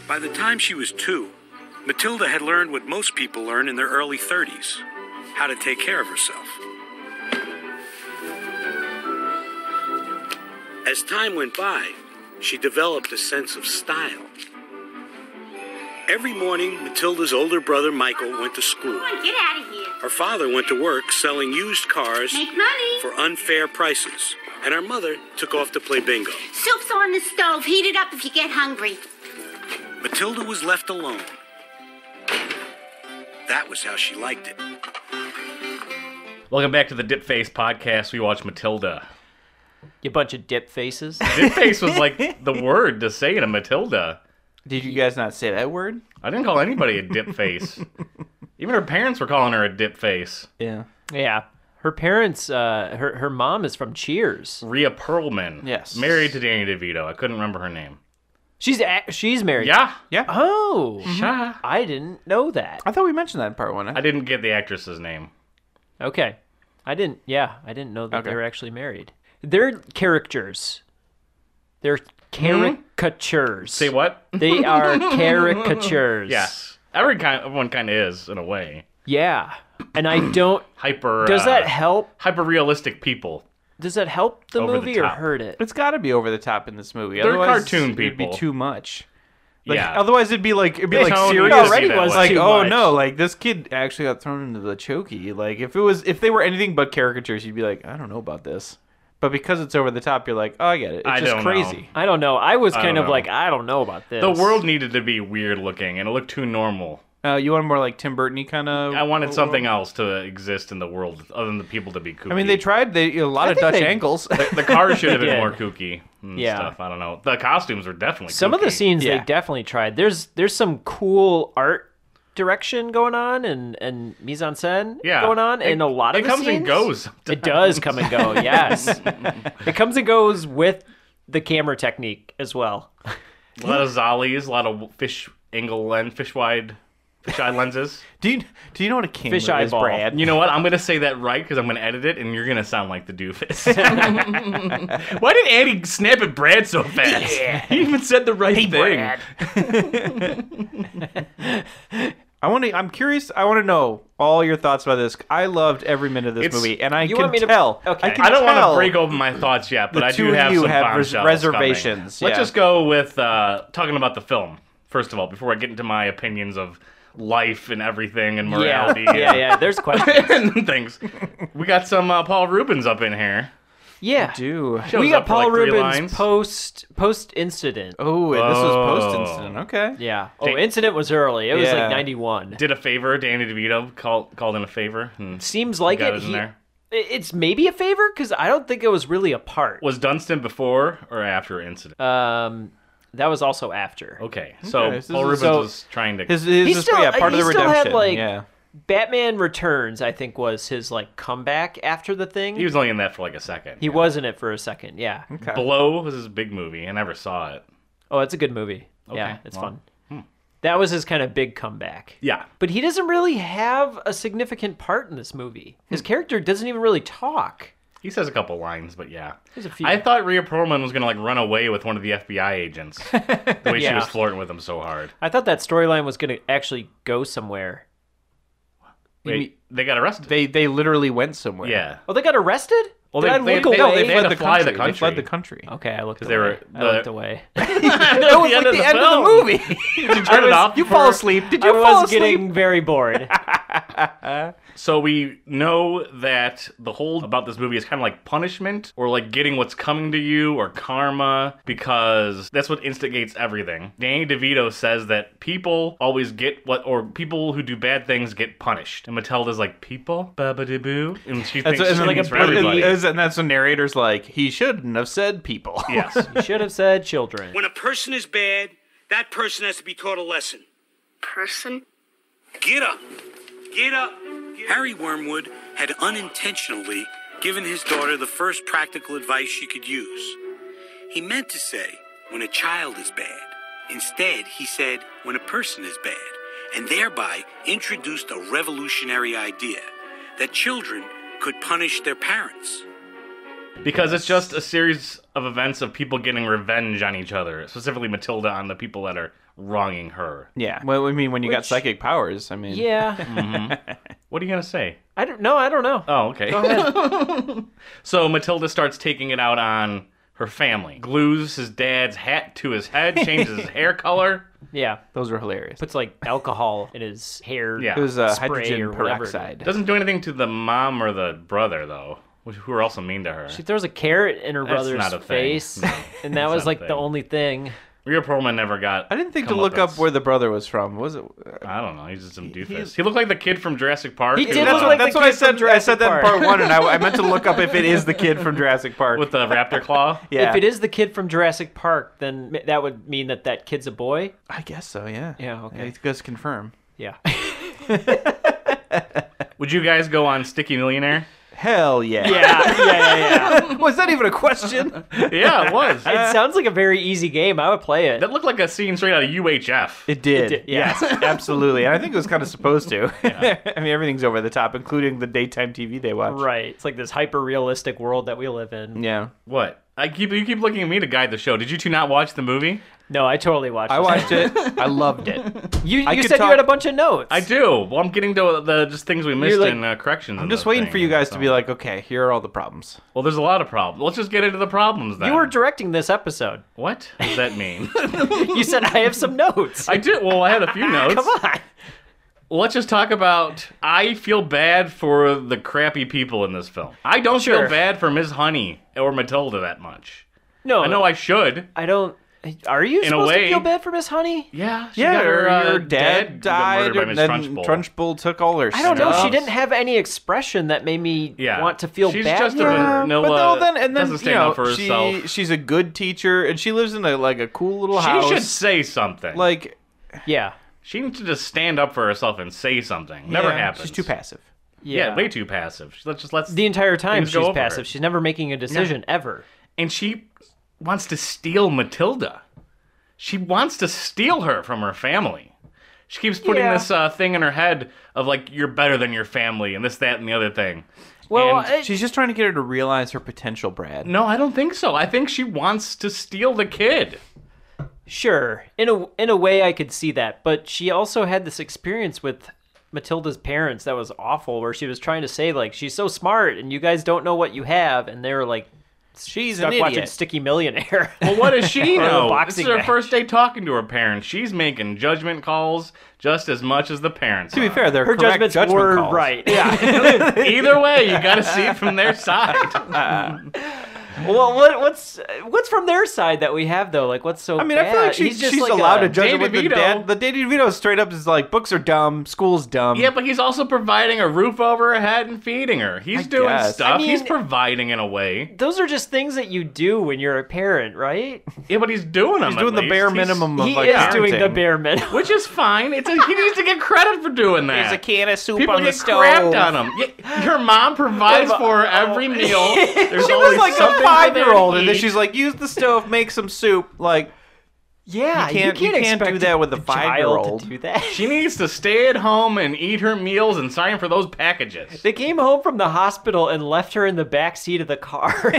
By the time she was two, Matilda had learned what most people learn in their early 30s how to take care of herself. As time went by, she developed a sense of style. Every morning, Matilda's older brother Michael went to school. Come on, get out of here. Her father went to work selling used cars Make money. for unfair prices, and her mother took off to play bingo. Soup's on the stove. Heat it up if you get hungry. Matilda was left alone. That was how she liked it. Welcome back to the Dip Face podcast. We watch Matilda. You bunch of dip faces. Dip Face was like the word to say to Matilda. Did you guys not say that word? I didn't call anybody a dip face. Even her parents were calling her a dip face. Yeah. Yeah. Her parents, uh, her her mom is from Cheers. Rhea Perlman. Yes. Married to Danny DeVito. I couldn't remember her name. She's a- she's married. Yeah. Mm-hmm. Yeah. Oh, Sha. I didn't know that. I thought we mentioned that in part one. I didn't get the actress's name. Okay. I didn't yeah, I didn't know that they Okay. were actually married. They're characters. They're caricatures. Hmm? Say what? They are caricatures. Yes. Every kind, everyone kind of is in a way. Yeah. And I don't Hyper. does uh, that help hyper realistic people? does that help the Over the movie or top. hurt it? it's got to be over the top in this movie. They're otherwise, cartoon It'd be people. too much. Like, yeah. Otherwise, it'd be like it'd be They like don't need serious. to be that way. like too oh much. no, like this kid actually got thrown into the chokey. Like if it was if they were anything but caricatures, you'd be like I don't know about this. But because it's over the top, you're like, oh, I get it. It's I just don't know. crazy. I don't know. I was I kind don't of know. like, I don't know about this. The world needed to be weird looking, and it looked too normal. Uh, you want more like Tim Burton kind of. I wanted something else to exist in the world other than the people to be kooky. I mean, they tried they, a lot I of think Dutch they- angles. the cars should have been Yeah. more kooky and Yeah. stuff. I don't know. The costumes were definitely some of the kooky. scenes Yeah. they definitely tried. There's there's some cool art direction going on and and mise en scène Yeah. going on It- in a lot of it the comes and scenes. goes It does come and go. Yes, it comes and goes with the camera technique as well. A lot of zollies, a lot of fish angle lens, fish wide, fish eye lenses. do you do you know what a camera Fish eyeball. is, Brad? You know what? I'm gonna say that right because I'm gonna edit it, and you're gonna sound like the doofus. Why did Andy snap at Brad so fast? He even said the right thing. I want to. I'm curious. I want to know all your thoughts about this. I loved every minute of this It's- movie, and I You can want me to- tell. okay. I, can I don't want tell to break open my thoughts yet, but the I two do of have you some have res- bombshells coming. reservations, yeah. Let's just go with uh, talking about the film first of all before I get into my opinions of life and everything and Yeah, morality yeah, yeah. There's questions. and things. We got some uh, Paul Rubens up in here. Yeah, Do we Shows got up for, like, Paul three Rubens lines. post post incident. Oh, and this was post Oh. incident. Okay. Yeah. Oh, incident was early. It was Yeah. like '91. Did a favor, Danny DeVito called called in a favor Hmm. and Seems like got it it. in He- there. It's maybe a favor because I don't think it was really a part. Was Dunstan before or after incident? Um, that was also after. okay, so Okay, so Paul this Rubens is- was trying to. His, his, He his- still- yeah, part he of the still had, redemption. like- yeah. Batman Returns, I think, was his like comeback after the thing. he was Hmm. only in that for like a second. He was in it for a second. Yeah. Blow was his big movie. I never saw it. Oh, it's a good movie. yeah, Okay, it's well, hmm. fun. That was his kind of big comeback. Yeah, But he doesn't really have a significant part in this movie. His Hmm. character doesn't even really talk. He says a couple lines, but yeah. There's a few. I thought Rhea Perlman was gonna like run away with one of the FBI agents. the way she Yeah. was flirting with him so hard. I thought that storyline was going to actually go somewhere. Wait, they got arrested. They they literally went somewhere. yeah. Oh, they got arrested? Well, Did they- I they- look they- away? they- they- had to fly the They fled country. Oh. the country. okay, I looked 'Cause away. they were- I looked the- away. that was like the end of the movie. Did you turn it off? You fall asleep. Did you I fall was asleep? getting very bored. So we know that the whole about this movie is kind of like punishment or like getting what's coming to you or karma because that's what instigates everything. Danny DeVito says that people always get what or people who do bad things get punished. And Matilda's like, people? Babadaboo? And she thinks That's what, she's and, like then a for everybody. and, and that's when narrator's like, he shouldn't have said people. Yes. you should have said children. When a person is bad, that person has to be taught a lesson. Person? Get up. Get up. Harry Wormwood had unintentionally given his daughter the first practical advice she could use. He meant to say, when a child is bad. Instead, he said, when a person is bad, and thereby introduced a revolutionary idea that children could punish their parents. Because it's just a series of events of people getting revenge on each other, specifically Matilda on the people that are wronging her. Yeah. Well, I mean, when you got Which- psychic powers, I mean, Hmm. Yeah. What are you going to say? I don't know. I don't know. Oh, okay. so Matilda starts taking it out on her family. Glues his dad's hat to his head, changes his hair color. Yeah. those were hilarious. Puts like alcohol in his hair. Yeah. it was uh, spray or hydrogen whatever. peroxide. Doesn't do anything to the mom or the brother, though, which- who are also mean to her. She throws a carrot in her That's brother's not a thing. face, No, and that was not a like the thing. only thing. Rhea Perlman never got. I didn't think to look up comeuppance. where the brother was from. Was it? I don't know. He's just some doofus. He looked like the kid from Jurassic Park. He who, did uh, look like the that's what I kid from said. I said Jurassic that in Park. part one, and I, I meant to look up if it is the kid from Jurassic Park. with the raptor claw. yeah, If it is the kid from Jurassic Park, then m- that would mean that that kid's a boy. I guess so. Yeah. Yeah, okay. It does confirm. Yeah. Would you guys go on Sticky Millionaire? Hell yeah. Yeah. Yeah. Yeah. was that even a question? yeah, it was. yeah. It sounds like a very easy game. I would play it. that looked like a scene straight out of UHF. It did. did, yeah. Yes, absolutely. And I think it was kind of supposed to. I mean, everything's over the top, including the daytime TV they watch. Right. It's like this hyper realistic world that we live in. Yeah. What? I keep you keep looking at me to guide the show. Did you two not watch the movie? No, I totally watched. I this. watched it. I loved it. You, I you could said talk- you had a bunch of notes. I do. Well, I'm getting to the just things we missed like- in uh, corrections. I'm just waiting for you guys to be like, okay, here are all the problems. Well, there's a lot of problems. Let's just get into the problems then. You were directing this episode. what does that mean? You said I have some notes. I did. Well, I had a few notes. Come on. Let's just talk about. I feel bad for the crappy people in this film. I don't Sure. feel bad for Ms. Honey or Matilda that much. No, I know I should. I don't. Are you a supposed way- to feel bad for Miss Honey? Yeah. She Yeah, got her, her, uh, your dad, died, got murdered and by then Miss Trunchbull. Trunchbull. took all her. I don't know. She stuff. didn't have any expression that made me Yeah. want to feel She's bad. just for a- her. Yeah, No, but uh, no, then and then doesn't you stand know up for she herself. she's a good teacher and she lives in a like a cool little house. She should say something. Like like Yeah. she needs to just stand up for herself and say something. Never yeah, happens. She's too passive. Yeah. way too passive. She, let's just let's. the entire time Things go she's over her. passive. She's never making a decision ever. and she wants to steal Matilda. She wants to steal her from her family. She keeps putting Yeah. this uh, thing in her head of like you're better than your family and this that and the other thing. Well, And- I- She's just trying to get her to realize her potential, Brad. No, I don't think so. I think she wants to steal the kid. sure. In a in a way, I could see that, but she also had this experience with Matilda's parents that was awful, where she was trying to say like she's so smart and you guys don't know what you have, and they were like She's stuck an watching idiot. Sticky Millionaire. Well, what does she Or the know? This boxing is her match. first day talking to her parents. She's making judgment calls just as much as the parents. to be are. fair, they're Her correct judgments judgment were calls. right. Yeah. Either way, you got to see it from their side. well, what, what's what's from their side that we have though? Like, what's so? I mean, I feel like she, she's allowed to judge Danny it with the DeVito. dad. The Danny DeVito straight up is like, books are dumb, school's dumb. Yeah, but he's also providing a roof over her head and feeding her. He's I doing guess. stuff. I mean- he's providing in a way. Those are just things that you do when you're a parent, right? Yeah, but he's doing them. He's doing the bare minimum of he like is doing the parenting. bare minimum. which is fine. It's a, he needs to get credit for doing that. can of soup People get crapped on him. Y- Your mom provides for her every meal. There's She was always like something a for five them to year old, and then eat. she's like, use the stove, make some soup. Like, Yeah, You can't- you can't expect do that with a child five-year-old. to do that. She needs to stay at home and eat her meals and sign for those packages. They came home from the hospital and left her in the back seat of the car.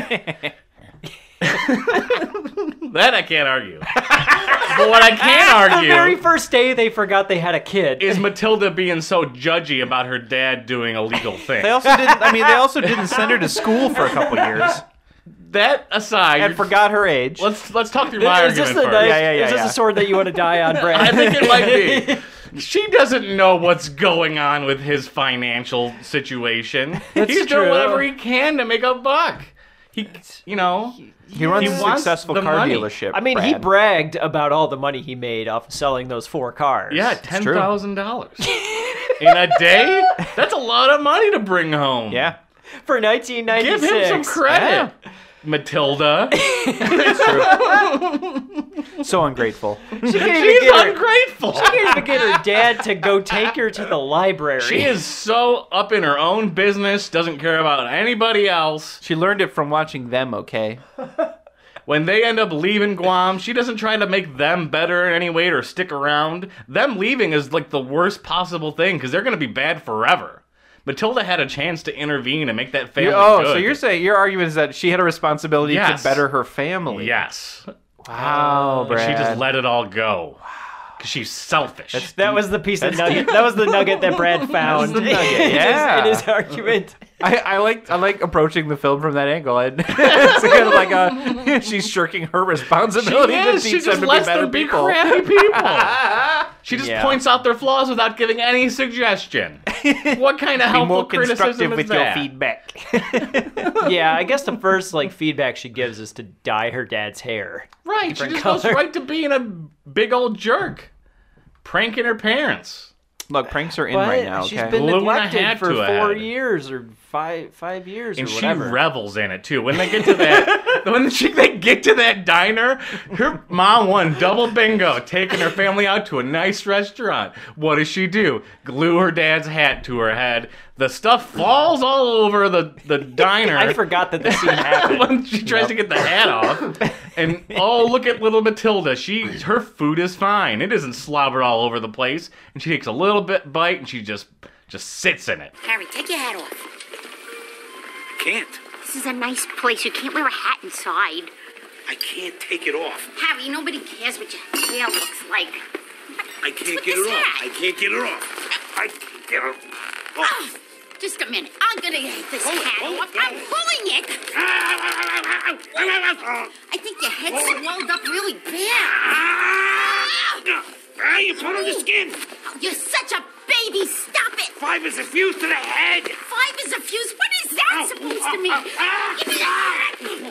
That I can't argue. but what I can the argue very first day, they forgot they had a kid. is Matilda being so judgy about her dad doing illegal they things. also didn't, I mean, they also didn't send her to school for a couple years that aside, and forgot her age. let's let's talk through my Is argument this first. the knife? Yeah, yeah, yeah, is this yeah. a sword that you want to die on, Brad? I think it might be. She doesn't know what's going on with his financial situation. He's doing true. whatever he can to make a buck. He, you know, He runs He a wants successful the car money. dealership. I mean, he Brad. bragged about all the money he made off of selling those four cars. yeah, It's ten true. thousand dollars in a day. That's a lot of money to bring home. Yeah, for give 1996. him some credit, Matilda. it's true. so ungrateful. She can't even She's get her, ungrateful. she can't even get her dad to go take her to the library. She is so up in her own business, doesn't care about anybody else. She learned it from watching them, okay? When they end up leaving Guam, she doesn't try to make them better in any way or stick around. Them leaving is like the worst possible thing because they're going to be bad forever. Matilda had a chance to intervene and make that family. oh, good. so you're saying your argument is that she had a responsibility Yes. to better her family. Yes. Wow, Brad. She just let it all go. Because she's selfish. That was the piece of nugget. That was the nugget that Brad found. in his- yeah. in his argument. I, I like I like approaching the film from that angle. And it's kind of like a, she's shirking her she responsibility to is. teach She just them to be lets better them be people. crappy people. she just Yeah. points out their flaws without giving any suggestion. What kind of Be helpful more criticism constructive is with that? your feedback. Yeah, I guess the first like feedback she gives is to dye her dad's hair. Right, she just goes color. right to being a big old jerk, pranking her parents. Look, pranks are in But right now. she's okay? been Blew in a hat neglected for to a four head. years or five five years And or she whatever. revels in it too. When they get to that, when she, they get to that diner, her mom won double bingo, taking her family out to a nice restaurant. What does she do? Glue her dad's hat to her head. The stuff falls all over the the diner. I forgot that this scene happened. when she tries to get the hat off. And oh, look at little Matilda. She her food is fine. It isn't slobbered all over the place. And she takes a little bit bite and she just just sits in it. Harry, take your hat off. Can't. This is a nice place. You can't wear a hat inside. I can't take it off. Harry, nobody cares what your hair looks like. I can't Look get at it off. that. I can't get it off. I can't get it Oh, off. just a minute. I'm gonna get this Hold it, hat hold it, off. hold I'm it. pulling it. Ah. Oh. I think your head Hold it. swelled up really bad. Ah, you put on the skin. You're such a big baby, stop it! Five is a fuse to the head. Five is a fuse. What is that Ow, supposed ow, to mean? ow, ah, Give me ah.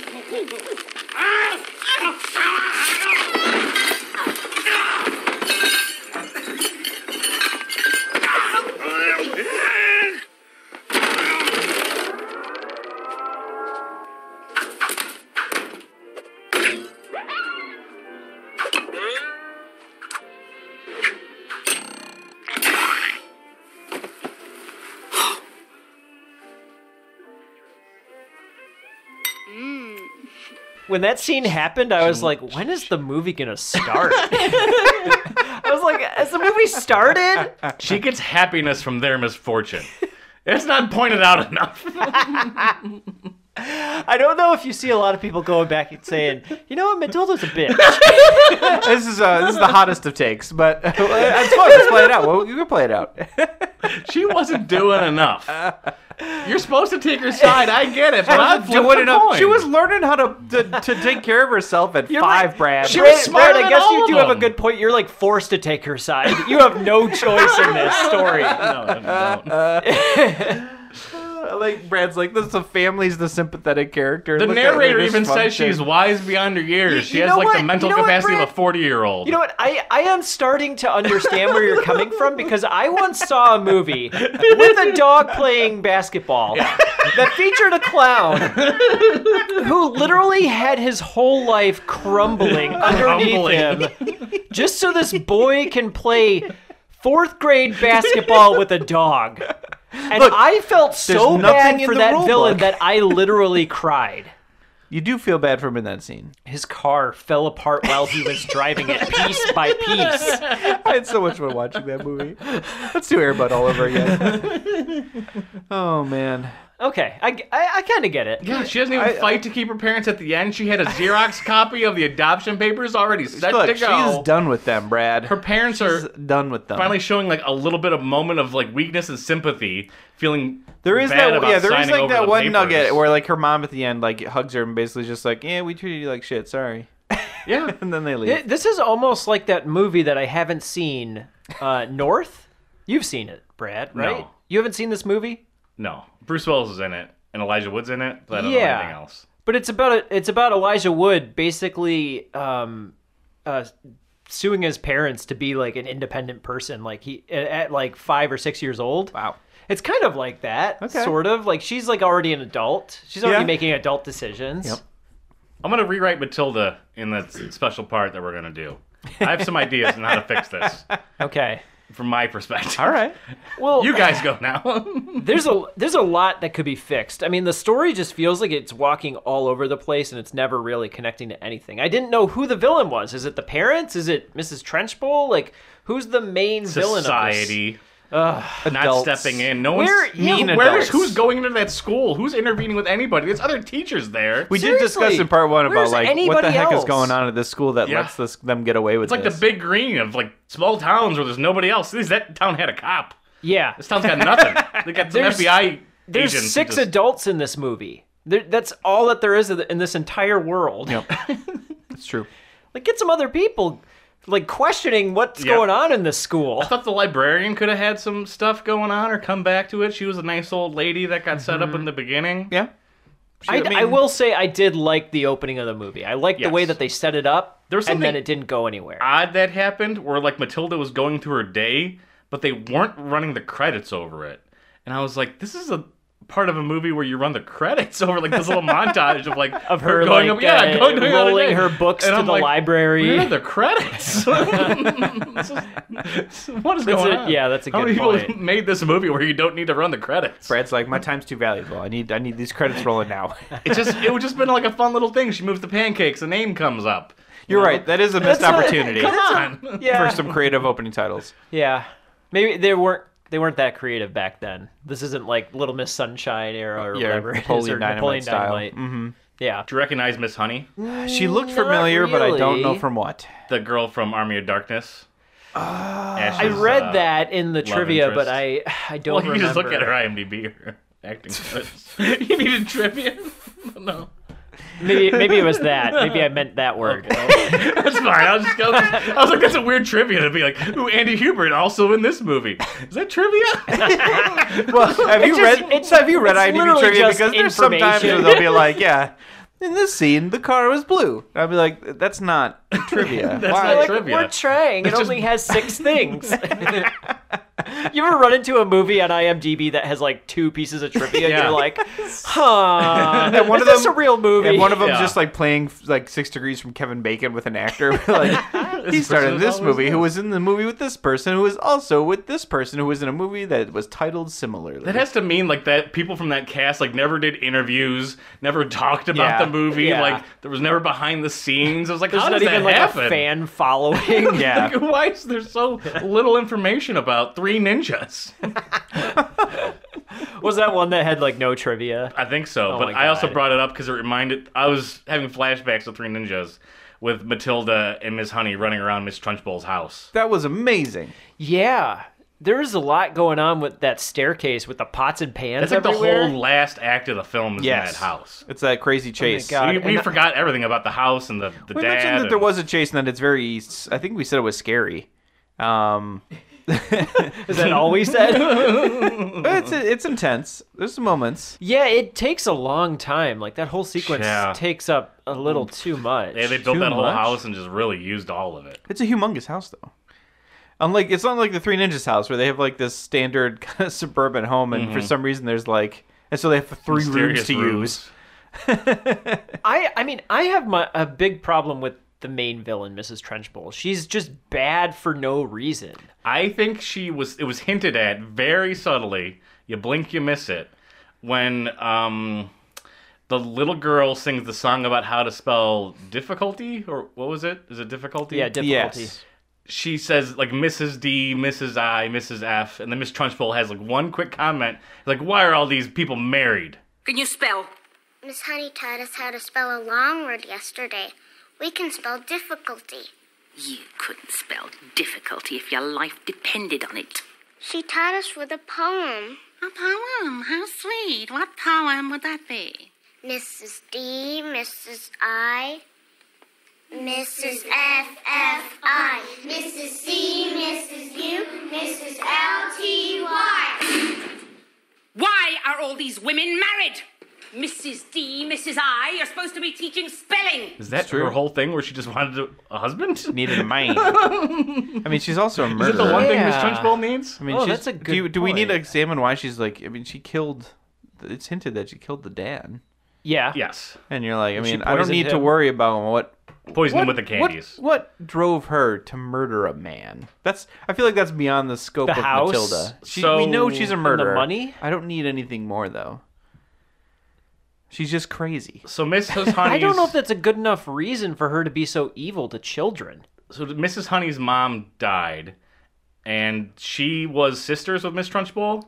that! Ah! Ah! Ah! Ah! When that scene happened, I was like, when is the movie gonna start? I was like, has the movie started? She gets happiness from their misfortune. It's not pointed out enough. I don't know if you see a lot of people going back and saying, you know what, Matilda's a bitch. This is uh, this is the hottest of takes, but it's fun. Let's play it out. Well, you can play it out. She wasn't doing enough. You're supposed to take her side. I get it, but I'm doing Doing enough. enough. She was learning how to, to to take care of herself at You're five, right. Brad. She was smarter I than guess all you of do have a them. good point. You're like forced to take her side. You have no choice in this story. No, no, no. I like Brad's like this. The family's the sympathetic character. The Look at her narrator this even says function. she's wise beyond her years. she you has know like what? the mental You know what, capacity of a Brad? 40 year old. You know what? I, I am starting to understand where you're coming from because I once saw a movie with a dog playing basketball that featured a clown who literally had his whole life crumbling underneath him just so this boy can play fourth grade basketball with a dog. And I felt so there's nothing bad in for the that rule villain book. that I literally cried. You do feel bad for him in that scene. His car fell apart while he was driving it piece by piece. I had so much fun watching that movie. Let's do Airbud all over again. oh man. Okay, I, kind of get it. Yeah, she doesn't even I- fight to keep her parents at the end. She had a Xerox copy of the adoption papers already set Look, to go. she's done with them, Brad. oh, Her parents She's are done with them. finally showing like a little bit of moment of like weakness and sympathy, feeling there is bad that about yeah, there is signing like over that the one papers. nugget where like her mom at the end like hugs her and basically just like, "Yeah, we treated you like shit. Sorry." yeah, And then they leave. This is almost like that movie that I haven't seen, uh, North. You've seen it, Brad, right? No. You haven't seen this movie, no, Bruce Willis is in it and Elijah Wood's in it, but I don't Yeah. know anything else. but it's about a, it's about Elijah Wood basically um, uh, suing his parents to be like an independent person, like he at, at like five or six years old. Wow. It's kind of like that, Okay. sort of. Like she's like already an adult. She's already Yeah. making adult decisions. Yep. I'm gonna rewrite Matilda in that s- special part that we're gonna do. I have some ideas on how to fix this Okay. from my perspective. All right. Well, you guys go now. there's a there's a lot that could be fixed. I mean, the story just feels like it's walking all over the place and it's never really connecting to anything. I didn't know who the villain was. Is it the parents? Is it Mrs. Trenchbull? Like, who's the main villain? Of this? Society not Adults. stepping in. No Where- one's mean yeah, where's adults. who's going into that school? Who's intervening with anybody? There's other teachers there. We it's did discuss Seriously, in part one about where's like what the anybody heck is else? going on at this school that Yeah. lets this, them get away with like the this. big green of like small towns where there's nobody else. At least that town had a cop. Yeah, This town's got nothing. they got some There's- FBI there's agents. six who just- adults in this movie. There, that's all that there is in this entire world. it's true. Like, get some other people, like questioning what's Yep. going on in this school. I thought the librarian could have had some stuff going on or come back to it. She was a nice old lady that got set up in the beginning. Yeah. I, I mean- I will say I did like the opening of the movie. I liked Yes. the way that they set it up, There was and then something- it didn't go anywhere. Odd that happened where like Matilda was going through her day, but they weren't running the credits over it. And I was like, this is a part of a movie where you run the credits over like this little montage of like of her, going like up, yeah, uh, going to the other rolling day. her books And to I'm the like, library. Where are the credits? This is- what is That's going a- on? yeah, that's a How good many people point. made this movie where you don't need to run the credits? Brad's like, my time's too valuable. I need I need these credits rolling now. It just it would just been like a fun little thing. She moves the pancakes, a name comes up. You're right. That is a missed That's a- opportunity Come on. yeah, for some creative opening titles. yeah. Maybe they weren't they weren't that creative back then. This isn't like Little Miss Sunshine era or Yeah, whatever. it is, Napoleon or Dynamite Napoleon style. Dynamite. Mm-hmm. Yeah, Do you recognize Miss Honey? She looked Mm, Not familiar, but I don't know really. from what. The girl from Army of Darkness. I Ash's, read uh, that in the trivia, interest. but I I don't Well, you remember. can just look at her IMDb or acting credits. you needed trivia? no. Maybe maybe it was that. Maybe I meant that word. That's fine. I was just I was, I was like, that's a weird trivia to be like, ooh, Andy Hubert also in this movie. Is that trivia? Well, have you just- read? it's- have you read it's IMDb literally trivia? just Because there's sometimes where information. they'll be like, yeah. In this scene, the car was blue. I'll be like, that's not trivia. That's Why? not like, trivia. We're trying. It It's just- only has six things. you ever run into a movie on IMDb that has like two pieces of trivia? Yeah. And you're like, huh? And one is of this them- a real movie? And one of them Yeah. just like playing like six degrees from Kevin Bacon with an actor. like he This started person in is this always movie, there. who was in the movie with this person, who was also with this person, who was in a movie that was titled similarly. That has to mean like that people from that cast like never did interviews, never talked about Yeah. the movie, Yeah. like there was never behind the scenes. I was like, There's how not does that even like happen? a fan following. yeah. Like, why is there so little information about three ninjas? was that one that had like no trivia? I think Oh so, but my I also God. brought it up because it reminded. I was having flashbacks of Three Ninjas with Matilda and Miss Honey running around Miss Trunchbull's house. that was amazing. Yeah. There is a lot going on with that staircase with the pots and pans That's like everywhere. the whole last act of the film is Yes. Oh in that house. It's that crazy chase. God. We, And we I- forgot everything about the house and the, the We dad. mentioned that and- there was a chase, and that it's very. I think we said it was scary. Um, Is that all we said? but it's it's intense. There's some moments. yeah, it takes a long time. Like that whole sequence Yeah. takes up a little too much. Yeah, they built too that whole much. house and just really used all of it. It's a humongous house, though. Unlike it's not like the Three Ninjas house where they have like this standard kind of suburban home, and for some reason there's like, and so they have three rooms Mm-hmm. Mysterious to rooms. use. I I mean I have my a big problem with the main villain, Mrs. Trenchbull. She's just bad for no reason. I think she was. It was hinted at very subtly. You blink, you miss it. When um, the little girl sings the song about how to spell difficulty, or what was it? Is it difficulty? Yeah, difficulty. Yes, she says like Mrs. D, Mrs. I, Mrs. F, and then Miss Trunchbull has like one quick comment, like, "Why are all these people married?" Can you spell? Miss Honey taught us how to spell a long word yesterday. We can spell difficulty. You couldn't spell difficulty if your life depended on it. She taught us with a poem. A poem. How sweet. What poem would that be? Mrs. D, Mrs. I, Mrs. F, F, I, Mrs. C, Mrs. U, Mrs. L, T, Y. Why are all these women married? Mrs. D, Mrs. I, you're supposed to be teaching spelling. Is that her whole thing where she just wanted a, a husband? needed a man. I mean, she's also a Is murderer. it the one thing Miss Yeah. Trunchbull needs? I mean, Oh, she's- that's a Do, you- good do we need to point. examine why she's like? I mean, she killed. It's hinted that she killed the Dan, Yeah. yes, and you're like, I she mean, I don't poisoned need to him. worry about what poison what, him with the candies. What, what drove her to murder a man? That's I feel like that's beyond the scope The of house? Matilda. She, we So- know she's and a the murderer. money? I don't need anything more though. She's just crazy. So Mrs. Honey's, I don't know if that's a good enough reason for her to be so evil to children. so Mrs. Honey's mom died, and she was sisters with Miss Trunchbull,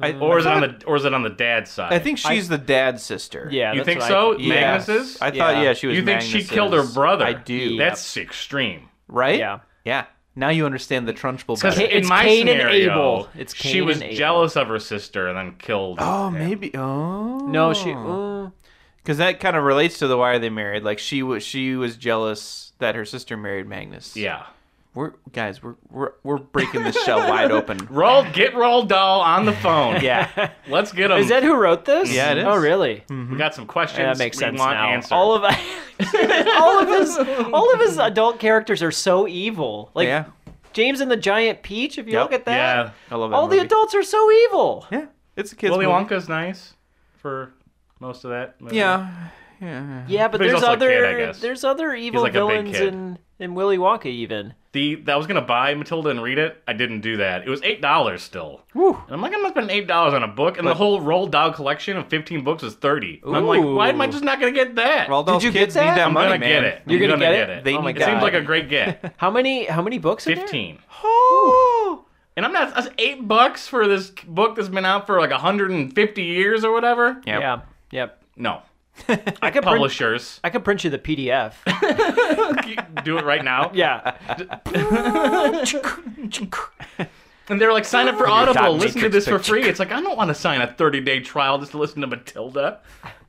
I, or is it I on thought- the or is it on the dad's side? I think she's the dad's sister. Yeah. you that's think what I so? thought. Yes. Magnus's? I thought Yeah. yeah, she was. you think she Magnus's. killed her brother? I do. That's extreme. right. Yeah. Yeah. Now you understand the Trunchbull. Because better. Ca- it's in my Cain and scenario, Abel. It's she Cain was and Abel. jealous of her sister and then killed. Oh, maybe. Oh. No, she. uh, Because that kind of relates to the why are they married? Like she was she was jealous that her sister married Magnus. Yeah. We're guys, we're we're we're breaking this shell wide open. Roll, get Roald Dahl on the phone. Yeah. Let's get him. is that who wrote this? Yeah, it is. Hmm. Oh, really? we got some questions. Yeah, that makes we sense want now. answers. All of all of his all of his adult characters are so evil. Like yeah. James and the Giant Peach. If you Yep. look at yeah. that, I love that all the movie. adults are so evil. Yeah. It's a kid's Willy movie. Wonka's nice for most of that. movie. Yeah. Yeah. Yeah, but But he's there's also a other kid, I guess. there's other evil like a big villains kid. in in Willy Wonka even. The that I was gonna buy Matilda and read it. I didn't do that. It was eight dollars still. Woo. And I'm like, I'm gonna spend eight dollars on a book, and the whole Roald Dahl collection of 15 books was 30. And I'm like, Ooh. why am I just not gonna get that? Roald Dahl's you get kids that? need that I'm money, gonna man. get it. You're I'm gonna gonna get get it? it. They Oh my need It seems God. like a great get. How many how many books are there? 15. Oh. And I'm not that's eight bucks for this book that's been out for like 150 years or whatever. Yep. Yeah. Yep. No, I could print, publishers I could print you the PDF. do it right now. Yeah. And they're like, sign up for your dot Audible, listen to matrix this for picture. free. It's like, I don't want to sign a 30 day trial just to listen to Matilda.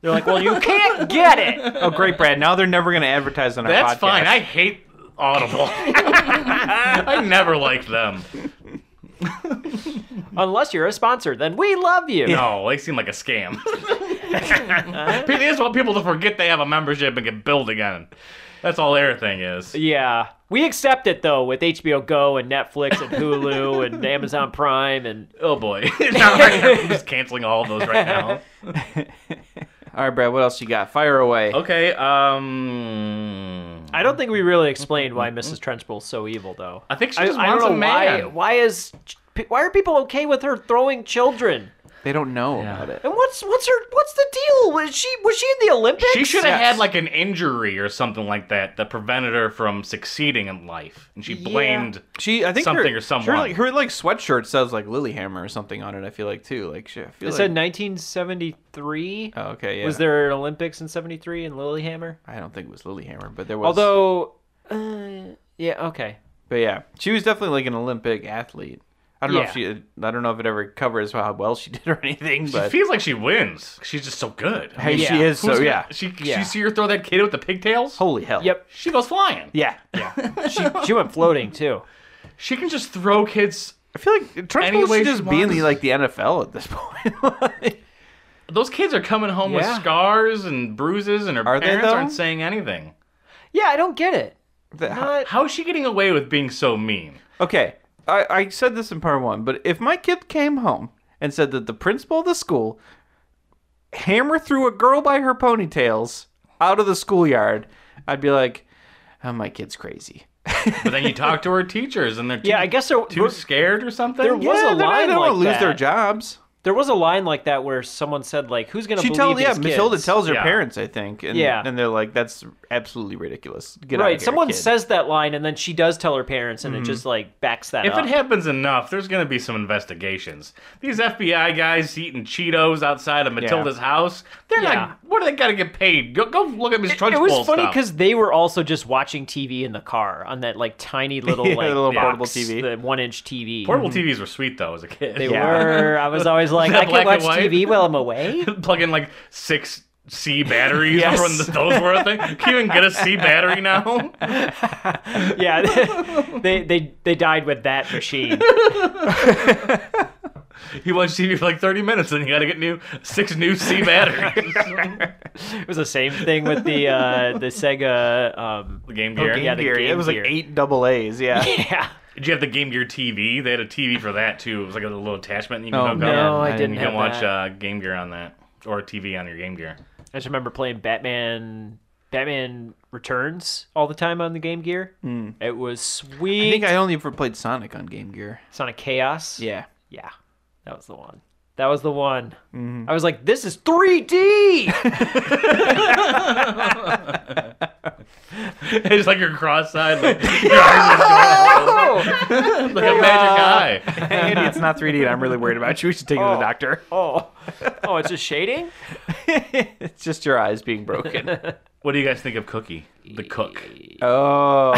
They're like, well, you can't get it. Oh, great, Brad. Now they're never going to advertise on our That's podcast. fine. I hate Audible. I never liked them. Unless you're a sponsor, then we love you. No, they seem like a scam. They just want people to forget they have a membership and get billed again. That's all their thing is. Yeah. We accept it though with HBO Go and Netflix and Hulu and Amazon Prime and Oh boy. I'm just canceling all of those right now. All right, Brad, what else you got? Fire away. Okay, um. I don't think we really explained why Mrs. Trenchbull's so evil though. I think she I, just I don't wants know a man. why why is why are people okay with her throwing children? They don't know about it. And what's what's her what's the deal? Was she was she in the Olympics? She should have Yes. had like an injury or something like that that prevented her from succeeding in life, and she blamed. She, I think Something her, or someone. Her, like, her like sweatshirt says like Lilyhammer or something on it. I feel like too. Like she, I feel It like, said 1973. Oh, okay, yeah. Was there an Olympics in 73 in Lilyhammer? I don't think it was Lilyhammer, but there was. Although uh, yeah, okay. but yeah, she was definitely like an Olympic athlete. I don't know if she. I don't know if it ever covers how well she did or anything, She but feels like she wins. She's just so good. I hey, mean, she who's is. So gonna- yeah. She Yeah. she see her throw that kid with the pigtails. Holy hell. Yep. She goes flying. Yeah. She she went floating too. She can just throw kids. I feel like Any Trenchbull way should she just be in the wants. like the NFL at this point. Those kids are coming home with Yeah. scars and bruises, and her Are they, parents though? aren't saying anything. Yeah, I don't get it. Not- How is she getting away with being so mean? Okay, I, I said this in part one, but if my kid came home and said that the principal of the school hammer threw a girl by her ponytails out of the schoolyard, I'd be like, oh, my kid's crazy. But then you talk to her teachers, and they're too, yeah, I guess there, too there, scared or something. There was- a they're not- line they don't wanna like lose their that. jobs. there was a line like that where someone said like, "Who's gonna She believe tells, these yeah, kids? Matilda tells her Yeah. parents, I think, and Yeah. and they're like, that's absolutely ridiculous. Get out Right, of here, someone kid." Mm-hmm. says that line, and then she does tell her parents, and it just like backs that If up. it happens enough, there's going to be some investigations. These FBI guys eating Cheetos outside of Matilda's house, they're Yeah. not. What do they got to get paid? Go, go look at Miss Trunchbull. it was funny stuff. because they were also just watching TV in the car on that like tiny little Yeah, like the little box, portable TV. the one inch TV. portable TVs were sweet though as a kid. Mm. They Yeah. were. I was always like, that I can black and watch white? TV while I'm away. plug in like six C batteries Yes. when the, those were a thing. Can you even get a C battery now? yeah, they they they died with that machine. You watch TV for like 30 minutes and you got to get new six new C batteries. It was the same thing with the uh, the Sega. Um, the Game Gear. Yeah, the Here, Game it was like Gear. eight double A's, yeah. yeah, Did you have the Game Gear TV? They had a TV for that too. It was like a little attachment. And you can Oh, hook up. man. no, I I didn't You have can watch that. uh, Game Gear on that or a TV on your Game Gear. I just remember playing Batman Batman Returns all the time on the Game Gear. It was sweet. Hmm. I think I only ever played Sonic on Game Gear. Sonic Chaos. Yeah. yeah, that was the one. That was the one. Mm-hmm. I was like, this is 3D. it's like you're cross-eyed, like, your eyes are just- like a magic eye. Andy, it's not 3D, and I'm really worried about you. We should take you to the doctor. oh, oh, it's just shading. It's just your eyes being broken. What do you guys think of Cookie, the cook? oh.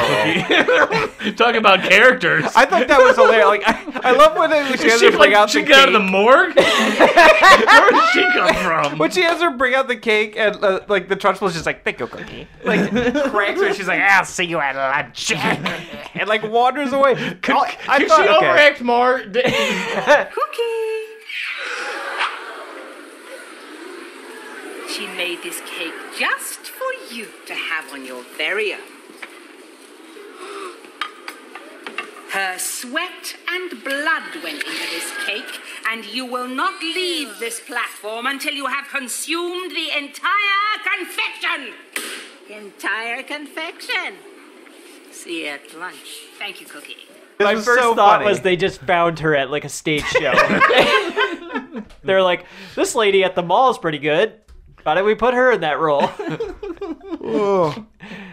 Talk about characters. I thought that was hilarious. Like, I, I love when they, she has she her bring like, out she the got out of the cake. morgue. Where did she come from? When she has her bring out the cake, and uh, like the trunchbull's just like, "Thank you, cookie." Like cracks her. She's like, "I'll see you at lunch," and like wanders away. All- I Did thought, she okay. overact more? Did- She made this cake just for you to have on your very own. Her sweat and blood went into this cake, and you will not leave this platform until you have consumed the entire confection. Entire confection. See you at lunch. Thank you, Cookie. This My was first so thought funny. was they just found her at like a stage show. They're like, this lady at the mall is pretty good. Why did we put her in that role?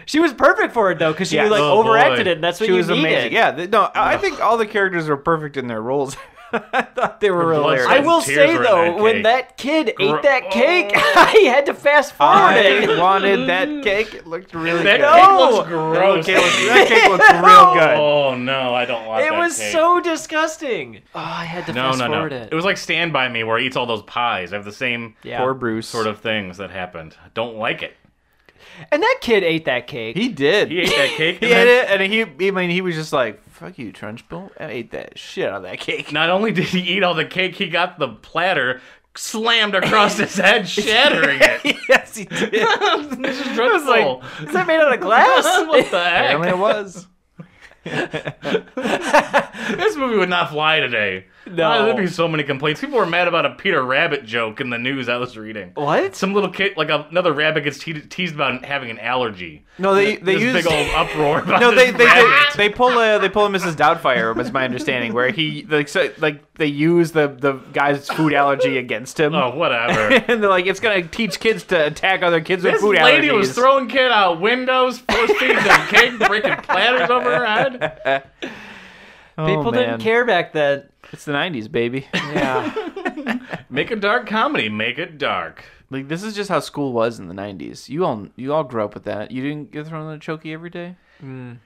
she was perfect for it though, because she Yeah. like Oh, boy. overacted it, and that's what she you was needed. amazing. Yeah, th- no, I I think all the characters were perfect in their roles. I thought they were The real blood, hilarious. sweat, I and will tears say were in though, that when cake. that kid Gr- ate that cake, I had to fast forward I it. wanted that cake. It looked really That cake looks No. good. That gross. cake looks- that cake looks real good. Oh no, I don't want It that. was cake. so disgusting. Oh, I had to no, fast no, no. forward It. it. was like Stand by Me, where he eats all those pies. I have the same yeah. Poor Bruce. sort of things that happened. I don't like it. And that kid ate that cake. He did. He ate that cake. He and ate then- it, and he, I mean, he was just like, "Fuck you, Trunchbull!" I ate that shit out of that cake. Not only did he eat all the cake, he got the platter slammed across his head, shattering it. yes, he did. this is dreadful. Is that made out of glass? what the heck? Apparently, it was. This movie would not fly today. No. Ah, there'd be so many complaints. People were mad about a Peter Rabbit joke in the news I was reading. what? Some little kid, like another rabbit, gets te- teased about having an allergy. No, they they this used big old uproar. About no, they this they, they rabbit. they pull a they pull a Mrs. Doubtfire, was my understanding, where he like so, like they use the the guy's food allergy against him, Oh, whatever. and they're like, it's gonna teach kids to attack other kids This with food lady allergies. was throwing kid out windows, force feeding them cake, breaking platters over her head. Oh, People man. didn't care back then. It's the '90s, baby. Yeah. Make a dark comedy. Make it dark. like this is just how school was in the '90s. You all you all grew up with that. You didn't get thrown in a chokey every day. I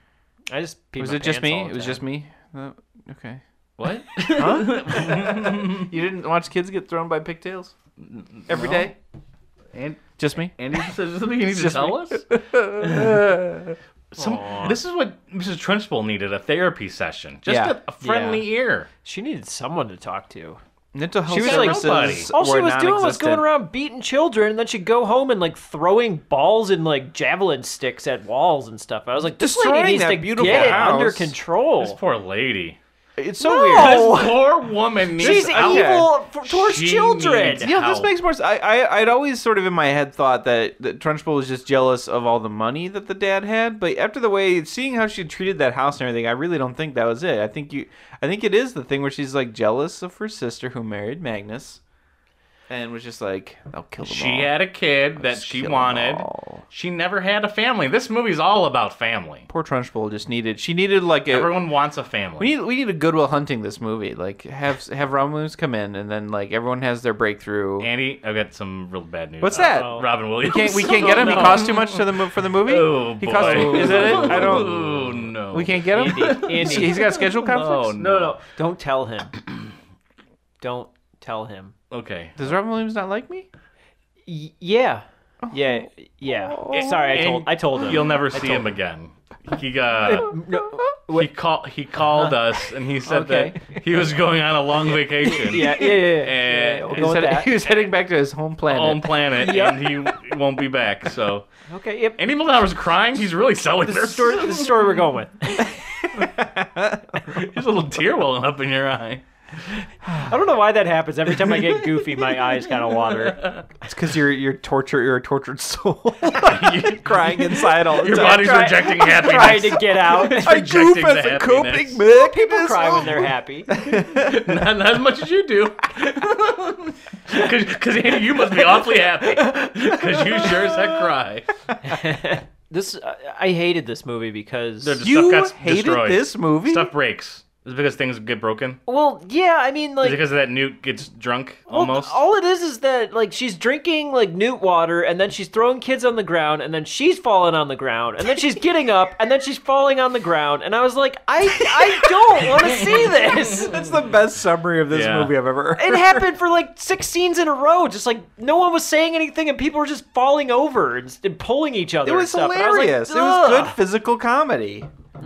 just peed Was my it just pants me? all the It was time. just me. Uh, okay. What? You didn't watch kids get thrown by pigtails every day. And Just me. Andy says something you need to Just tell us. Some, this is what Mrs. Trunchbull needed—a therapy session, just Yeah. a, a friendly ear. She needed someone to talk to. Mental health She was like services. nobody. All she were was doing was non-existent. going around beating children, and then she'd go home and like throwing balls and like javelin sticks at walls and stuff. I was like, this lady Destroying needs that to beautiful get it house. under This control. poor lady. It's so No! weird. Oh. This poor woman needs She's out. evil f towards She children. needs- Yeah, this How? makes more sense. I, I, I'd always sort of in my head thought that, that Trunchbull was just jealous of all the money that the dad had, but after the way, seeing how she treated that house and everything, I really don't think that was it. I think you, I think it is the thing where she's like jealous of her sister who married Magnus, and was just like, "I'll kill them all." She had a kid that just she kill 'em wanted. all. She never had a family. This movie's all about family. Poor Trunchbull just needed. She needed like a. Everyone wants a we family. need we need a Goodwill Hunting this movie. Like have have Romulans come in and then like everyone has their breakthrough. Andy, I've got some real bad news. What's Uh, that? Robin Williams. We can't, we can't get him. He costs too much to the mo- for the movie. Oh, he boy. costs. Is that it? I don't. Oh no. We can't get him. Andy, He's- Andy. He's got schedule conflicts. Oh no. no. Don't tell him. Don't tell him. Okay. Does Robin Williams not like me? Y- yeah. Yeah. Yeah. Oh. Sorry, I told. And I told him. You'll never see him again. He uh, he called he called us and he said Okay. that he was going on a long vacation. Yeah. Yeah. Yeah. yeah. And Yeah, we'll He go with said- that. He was heading back to his home planet. Home planet, and he won't be back. So, Okay. Yep. Andy Muldaur's crying. He's really selling This is this. the story, this is the story we're going with. There's a little tear welling up in your eye. I don't know why that happens. Every time I get goofy, my eyes kind of water. It's because you're you're torture you're a tortured soul, crying inside all the Your time. body's try- rejecting Trying happiness. to get out. I goof rejecting as the a coping happiness. mechanism. People cry when they're happy. not, not as much as you do. Because Andy, you must be awfully happy. Because you sure as heck cry. This I- I hated this movie because Their stuff You got s- hated destroyed. this movie? Stuff breaks. Is it because things get broken? well, yeah, I mean Is it like because of that Newt gets drunk Oh, well, almost? all it is is that like she's drinking like newt water and then she's throwing kids on the ground and then she's falling on the ground and then she's getting up and then she's falling on the ground and I was like I I don't want to see this. That's the best summary of this Yeah. movie I've ever heard. It happened for like six scenes in a row. Just like no one was saying anything, and people were just falling over and, and pulling each other. It was and stuff. And I was like, hilarious. it was good "Ugh." physical comedy.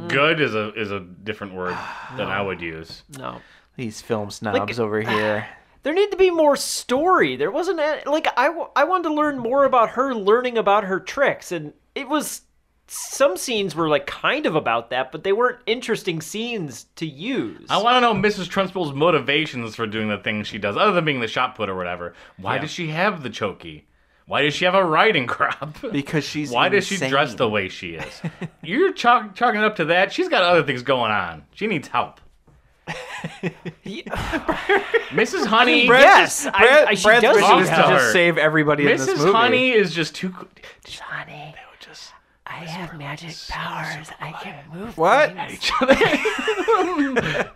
Good is a is a different word than I would use. No, These film snobs over here. there need to be more story. There wasn't a, like I w- I wanted to learn more about her learning about her tricks, and it was some scenes were like kind of about that, but they weren't interesting scenes to use. I want to know Mrs. Trunchbull's motivations for doing the things she does, other than being the shot put or whatever. Why does she have the chokey? Why does she have a riding crop? Because she's Why does she insane. dress the way she is? You're chalk- chalking it up to that. She's got other things going on. She needs help. Mrs. Honey. Brad- Yes, I- I- she Brad's does mission need is to help. just save everybody in this Mrs. movie. Honey is just too. co- I have magic powers. I can move. What?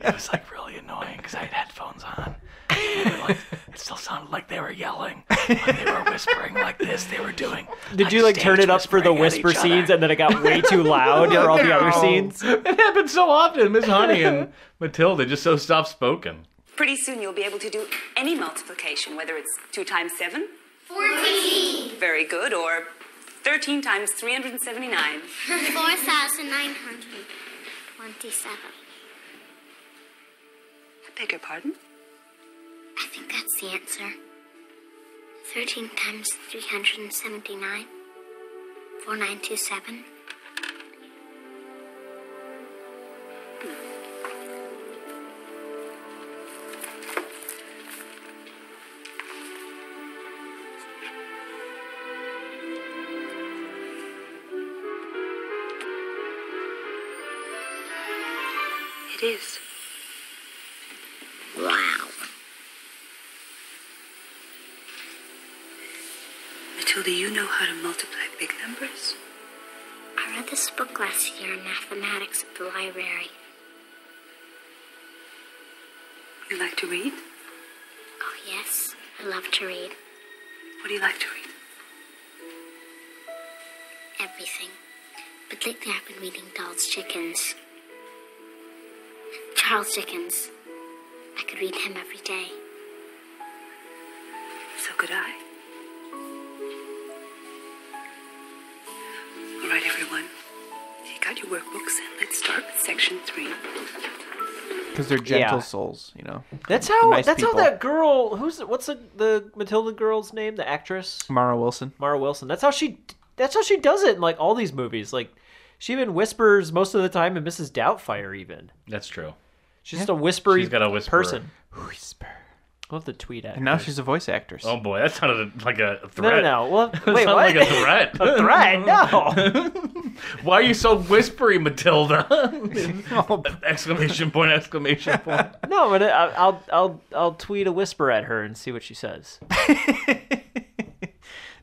It's like really annoying. annoying because I had headphones on. And, like, it still sounded like they were yelling. When they were whispering like this. They were doing. Did you like turn stage it up for the whispering at whisper each other. scenes and then it got way too loud for all the other scenes? It happens so often. Miss Honey and Matilda just so soft spoken. Pretty soon you'll be able to do any multiplication, whether it's 2 times 7, 14. very good, or 13 times 379. 4,927. I beg your pardon? I think that's the answer. 13 times 379. 4927. It is. Wow. Matilda, you know how to multiply big numbers. I read this book last year in mathematics at the library. You like to read? Oh, yes. I love to read What do you like to read? everything. But lately I've been reading Charles Dickens. Charles Dickens. I could read him every day. So could I. All right, everyone. Take out your workbooks and let's start with section three. Because they're gentle Yeah. souls, you know. That's how. Nice that's people. how that girl. Who's what's the, the Matilda girl's name? The actress Mara Wilson. Mara Wilson. That's how she. That's how she does it in like all these movies. Like she even whispers most of the time in Mrs. Doubtfire. Even That's true. she's just a whispery. She's got a whisperer. person. Whisper. We'll have to tweet at. And now she's a voice actress. Oh boy, that sounded like a no, no, threat. no. Well, That wait, sounded what? like a threat. A threat? No. Why are you so whispery, Matilda? Oh, exclamation point! Exclamation point! No, but I- I'll I'll I'll tweet a whisper at her and see what she says.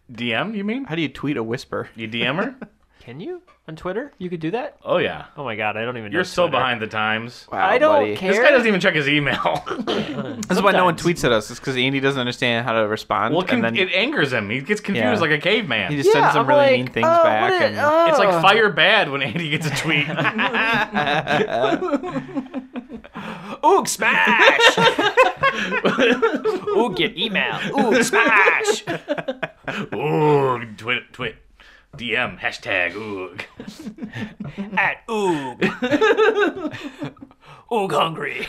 DM? You mean? How do you tweet a whisper? You DM her? Can you on Twitter? You could do that. Oh yeah. Oh my god, I don't even. know You're so Twitter. behind the times. Wow, I don't buddy. care. This guy doesn't even check his email. This is why no one Sometimes. tweets at us. It's because Andy doesn't understand how to respond. well, con- and then it angers him. He gets confused Yeah. like a caveman. he just sends some I'm really like, mean things "Oh, what back. is- and oh." It's like fire bad when Andy gets a tweet. Oog smash! Oog get email. Oog smash! ooh, twit, twit, DM, hashtag, ooh. At oog. oog hungry.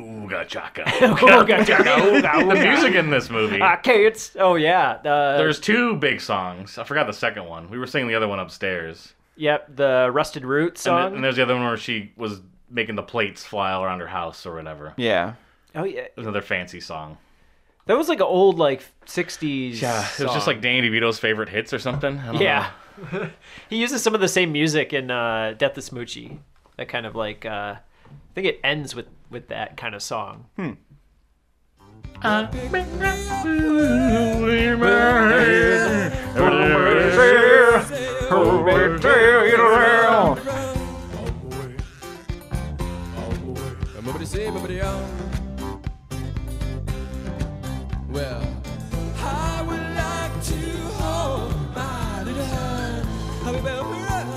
Ooga chaka. Ooga chaka, ooga, The ooga. music in this movie. Ah. Okay, it's oh yeah. Uh, There's two big songs. I forgot the second one. We were singing the other one upstairs. yep the rusted root And, song. th- and there's the other one where she was making the plates fly all around her house or whatever. yeah. oh yeah, Another fancy song. that was like an old like '60s. Yeah, It was just like Danny DeVito's favorite hits or something. I don't yeah. he uses some of the same music in uh, Death is Smoochie. That kind of like uh, I think it ends with with that kind of song. Well, I would like to hold my little hand. I will run,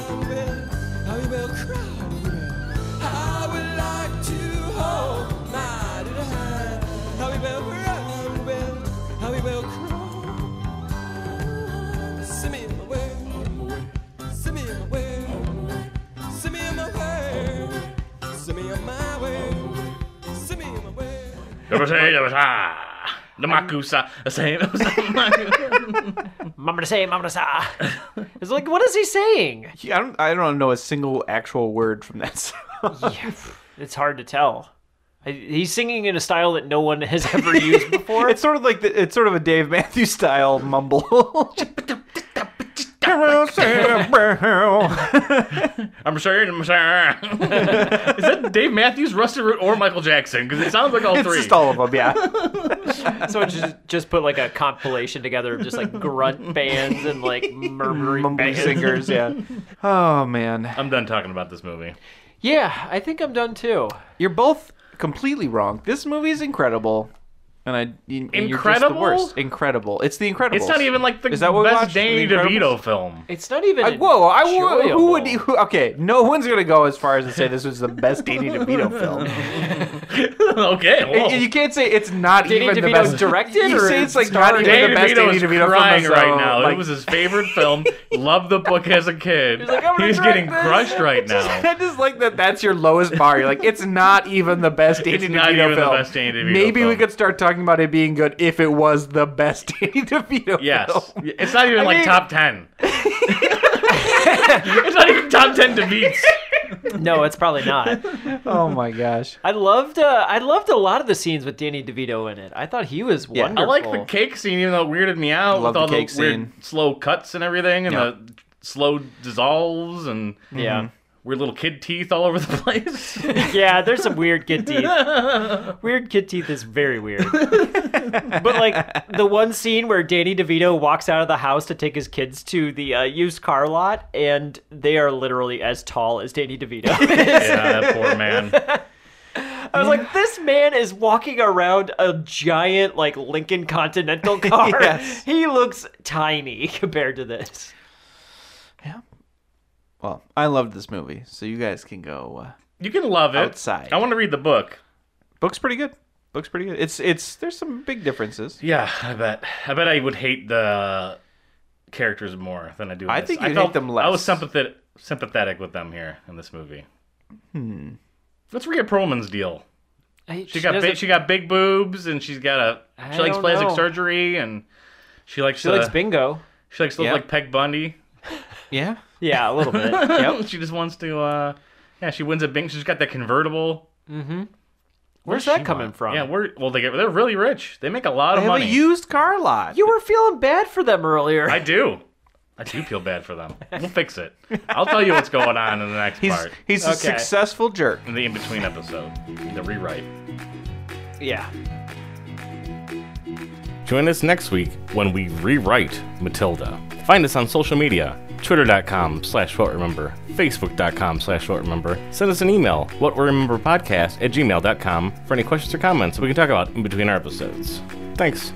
I will cry. I would like to hold my little hand. I will run, I will cry. Send me my way, send me my way, send me my way, send me my way, send me my way. The Makusa. the same- Mama to say, mama to sa. It's like, what is he saying? He- I don't. I don't know a single actual word from that song. It's hard to tell. I- He's singing in a style that no one has ever used before. it's sort of like the, it's sort of a Dave Matthews style mumble. I'm sure. I'm sure. Is that Dave Matthews, Rusty Root, or Michael Jackson? Because it sounds like all it's three. just all of them. Yeah. so just just put like a compilation together of just like grunt bands and like murmuring Mumble bands. singers. Yeah. Oh man. I'm done talking about this movie. Yeah, I think I'm done too. You're both completely wrong. This movie is incredible. And I and You're just the Incredible? worst. Incredible. It's the Incredibles. It's not even like the Is that what we best watched? The Danny Incredibles? DeVito film. It's not even. I, whoa! I who, who would e-, enjoyable. who, okay? No one's gonna go as far as to say this was the best Danny DeVito film. okay. And- and you can't say it's not Danny even the DeVito best directed You or say it's like not starring? even Danny the best DeVito Danny is DeVito film. crying so, right now. Like, it was his favorite film. Loved the book as a kid. He's, like, "I'm gonna direct getting this." crushed right now. I just like that. That's your lowest bar. You're like, it's not even the best Danny It's DeVito not even the film. best Danny DeVito Maybe we film. could start talking about it being good if it was the best Danny DeVito. Yes, film. it's not even I like mean- top ten. it's not even top ten to beats. e-, No, it's probably not. Oh my gosh. I loved. Uh, I loved a lot of the scenes with Danny DeVito in it. I thought he was Yeah. I I wonderful. like the cake scene, even though it weirded me out Love with the all the, cake weird scene. slow cuts and everything, and Yeah. the slow dissolves and Yeah. Mm-hmm. weird little kid teeth all over the place. yeah, there's some weird kid teeth. Weird kid teeth is very weird. but like the one scene where Danny DeVito walks out of the house to take his kids to the uh, used car lot, and they are literally as tall as Danny DeVito. yeah, that poor man. I was like, this man is walking around a giant like Lincoln Continental car. Yes. He looks tiny compared to this. Well, I loved this movie, so you guys can go. Uh, You can love it. Outside. I want to read the book. book's pretty good. Book's pretty good. It's it's there's some big differences. Yeah, I bet. I bet I would hate the characters more than I do. in I this. think I you'd hate them I less. was sympathetic, sympathetic with them here in this movie. Hmm. Let's Rhea Perlman's deal. She got big, she got big boobs and she's got a she I likes don't plastic know. surgery and she likes she likes to- bingo. she likes to look Yeah. like Peg Bundy. Yeah. Yeah, a little bit. she just wants to uh yeah she wins a bingo. She's got that convertible. Where's She that coming want- from? Yeah, we're well they get they're really rich. They make a lot I of have a money. used car lot. You were feeling bad for them earlier. I do. I do feel bad for them. We'll fix it. I'll tell you what's going on in the next he's part. he's a Okay. successful jerk. In the in between episode, the rewrite. yeah. Join us next week when we rewrite Matilda. Find us on social media, twitter.com slash whatremember, facebook.com slash whatremember. Send us an email, whatwerememberpodcast at gmail.com for any questions or comments we can talk about in between our episodes. Thanks.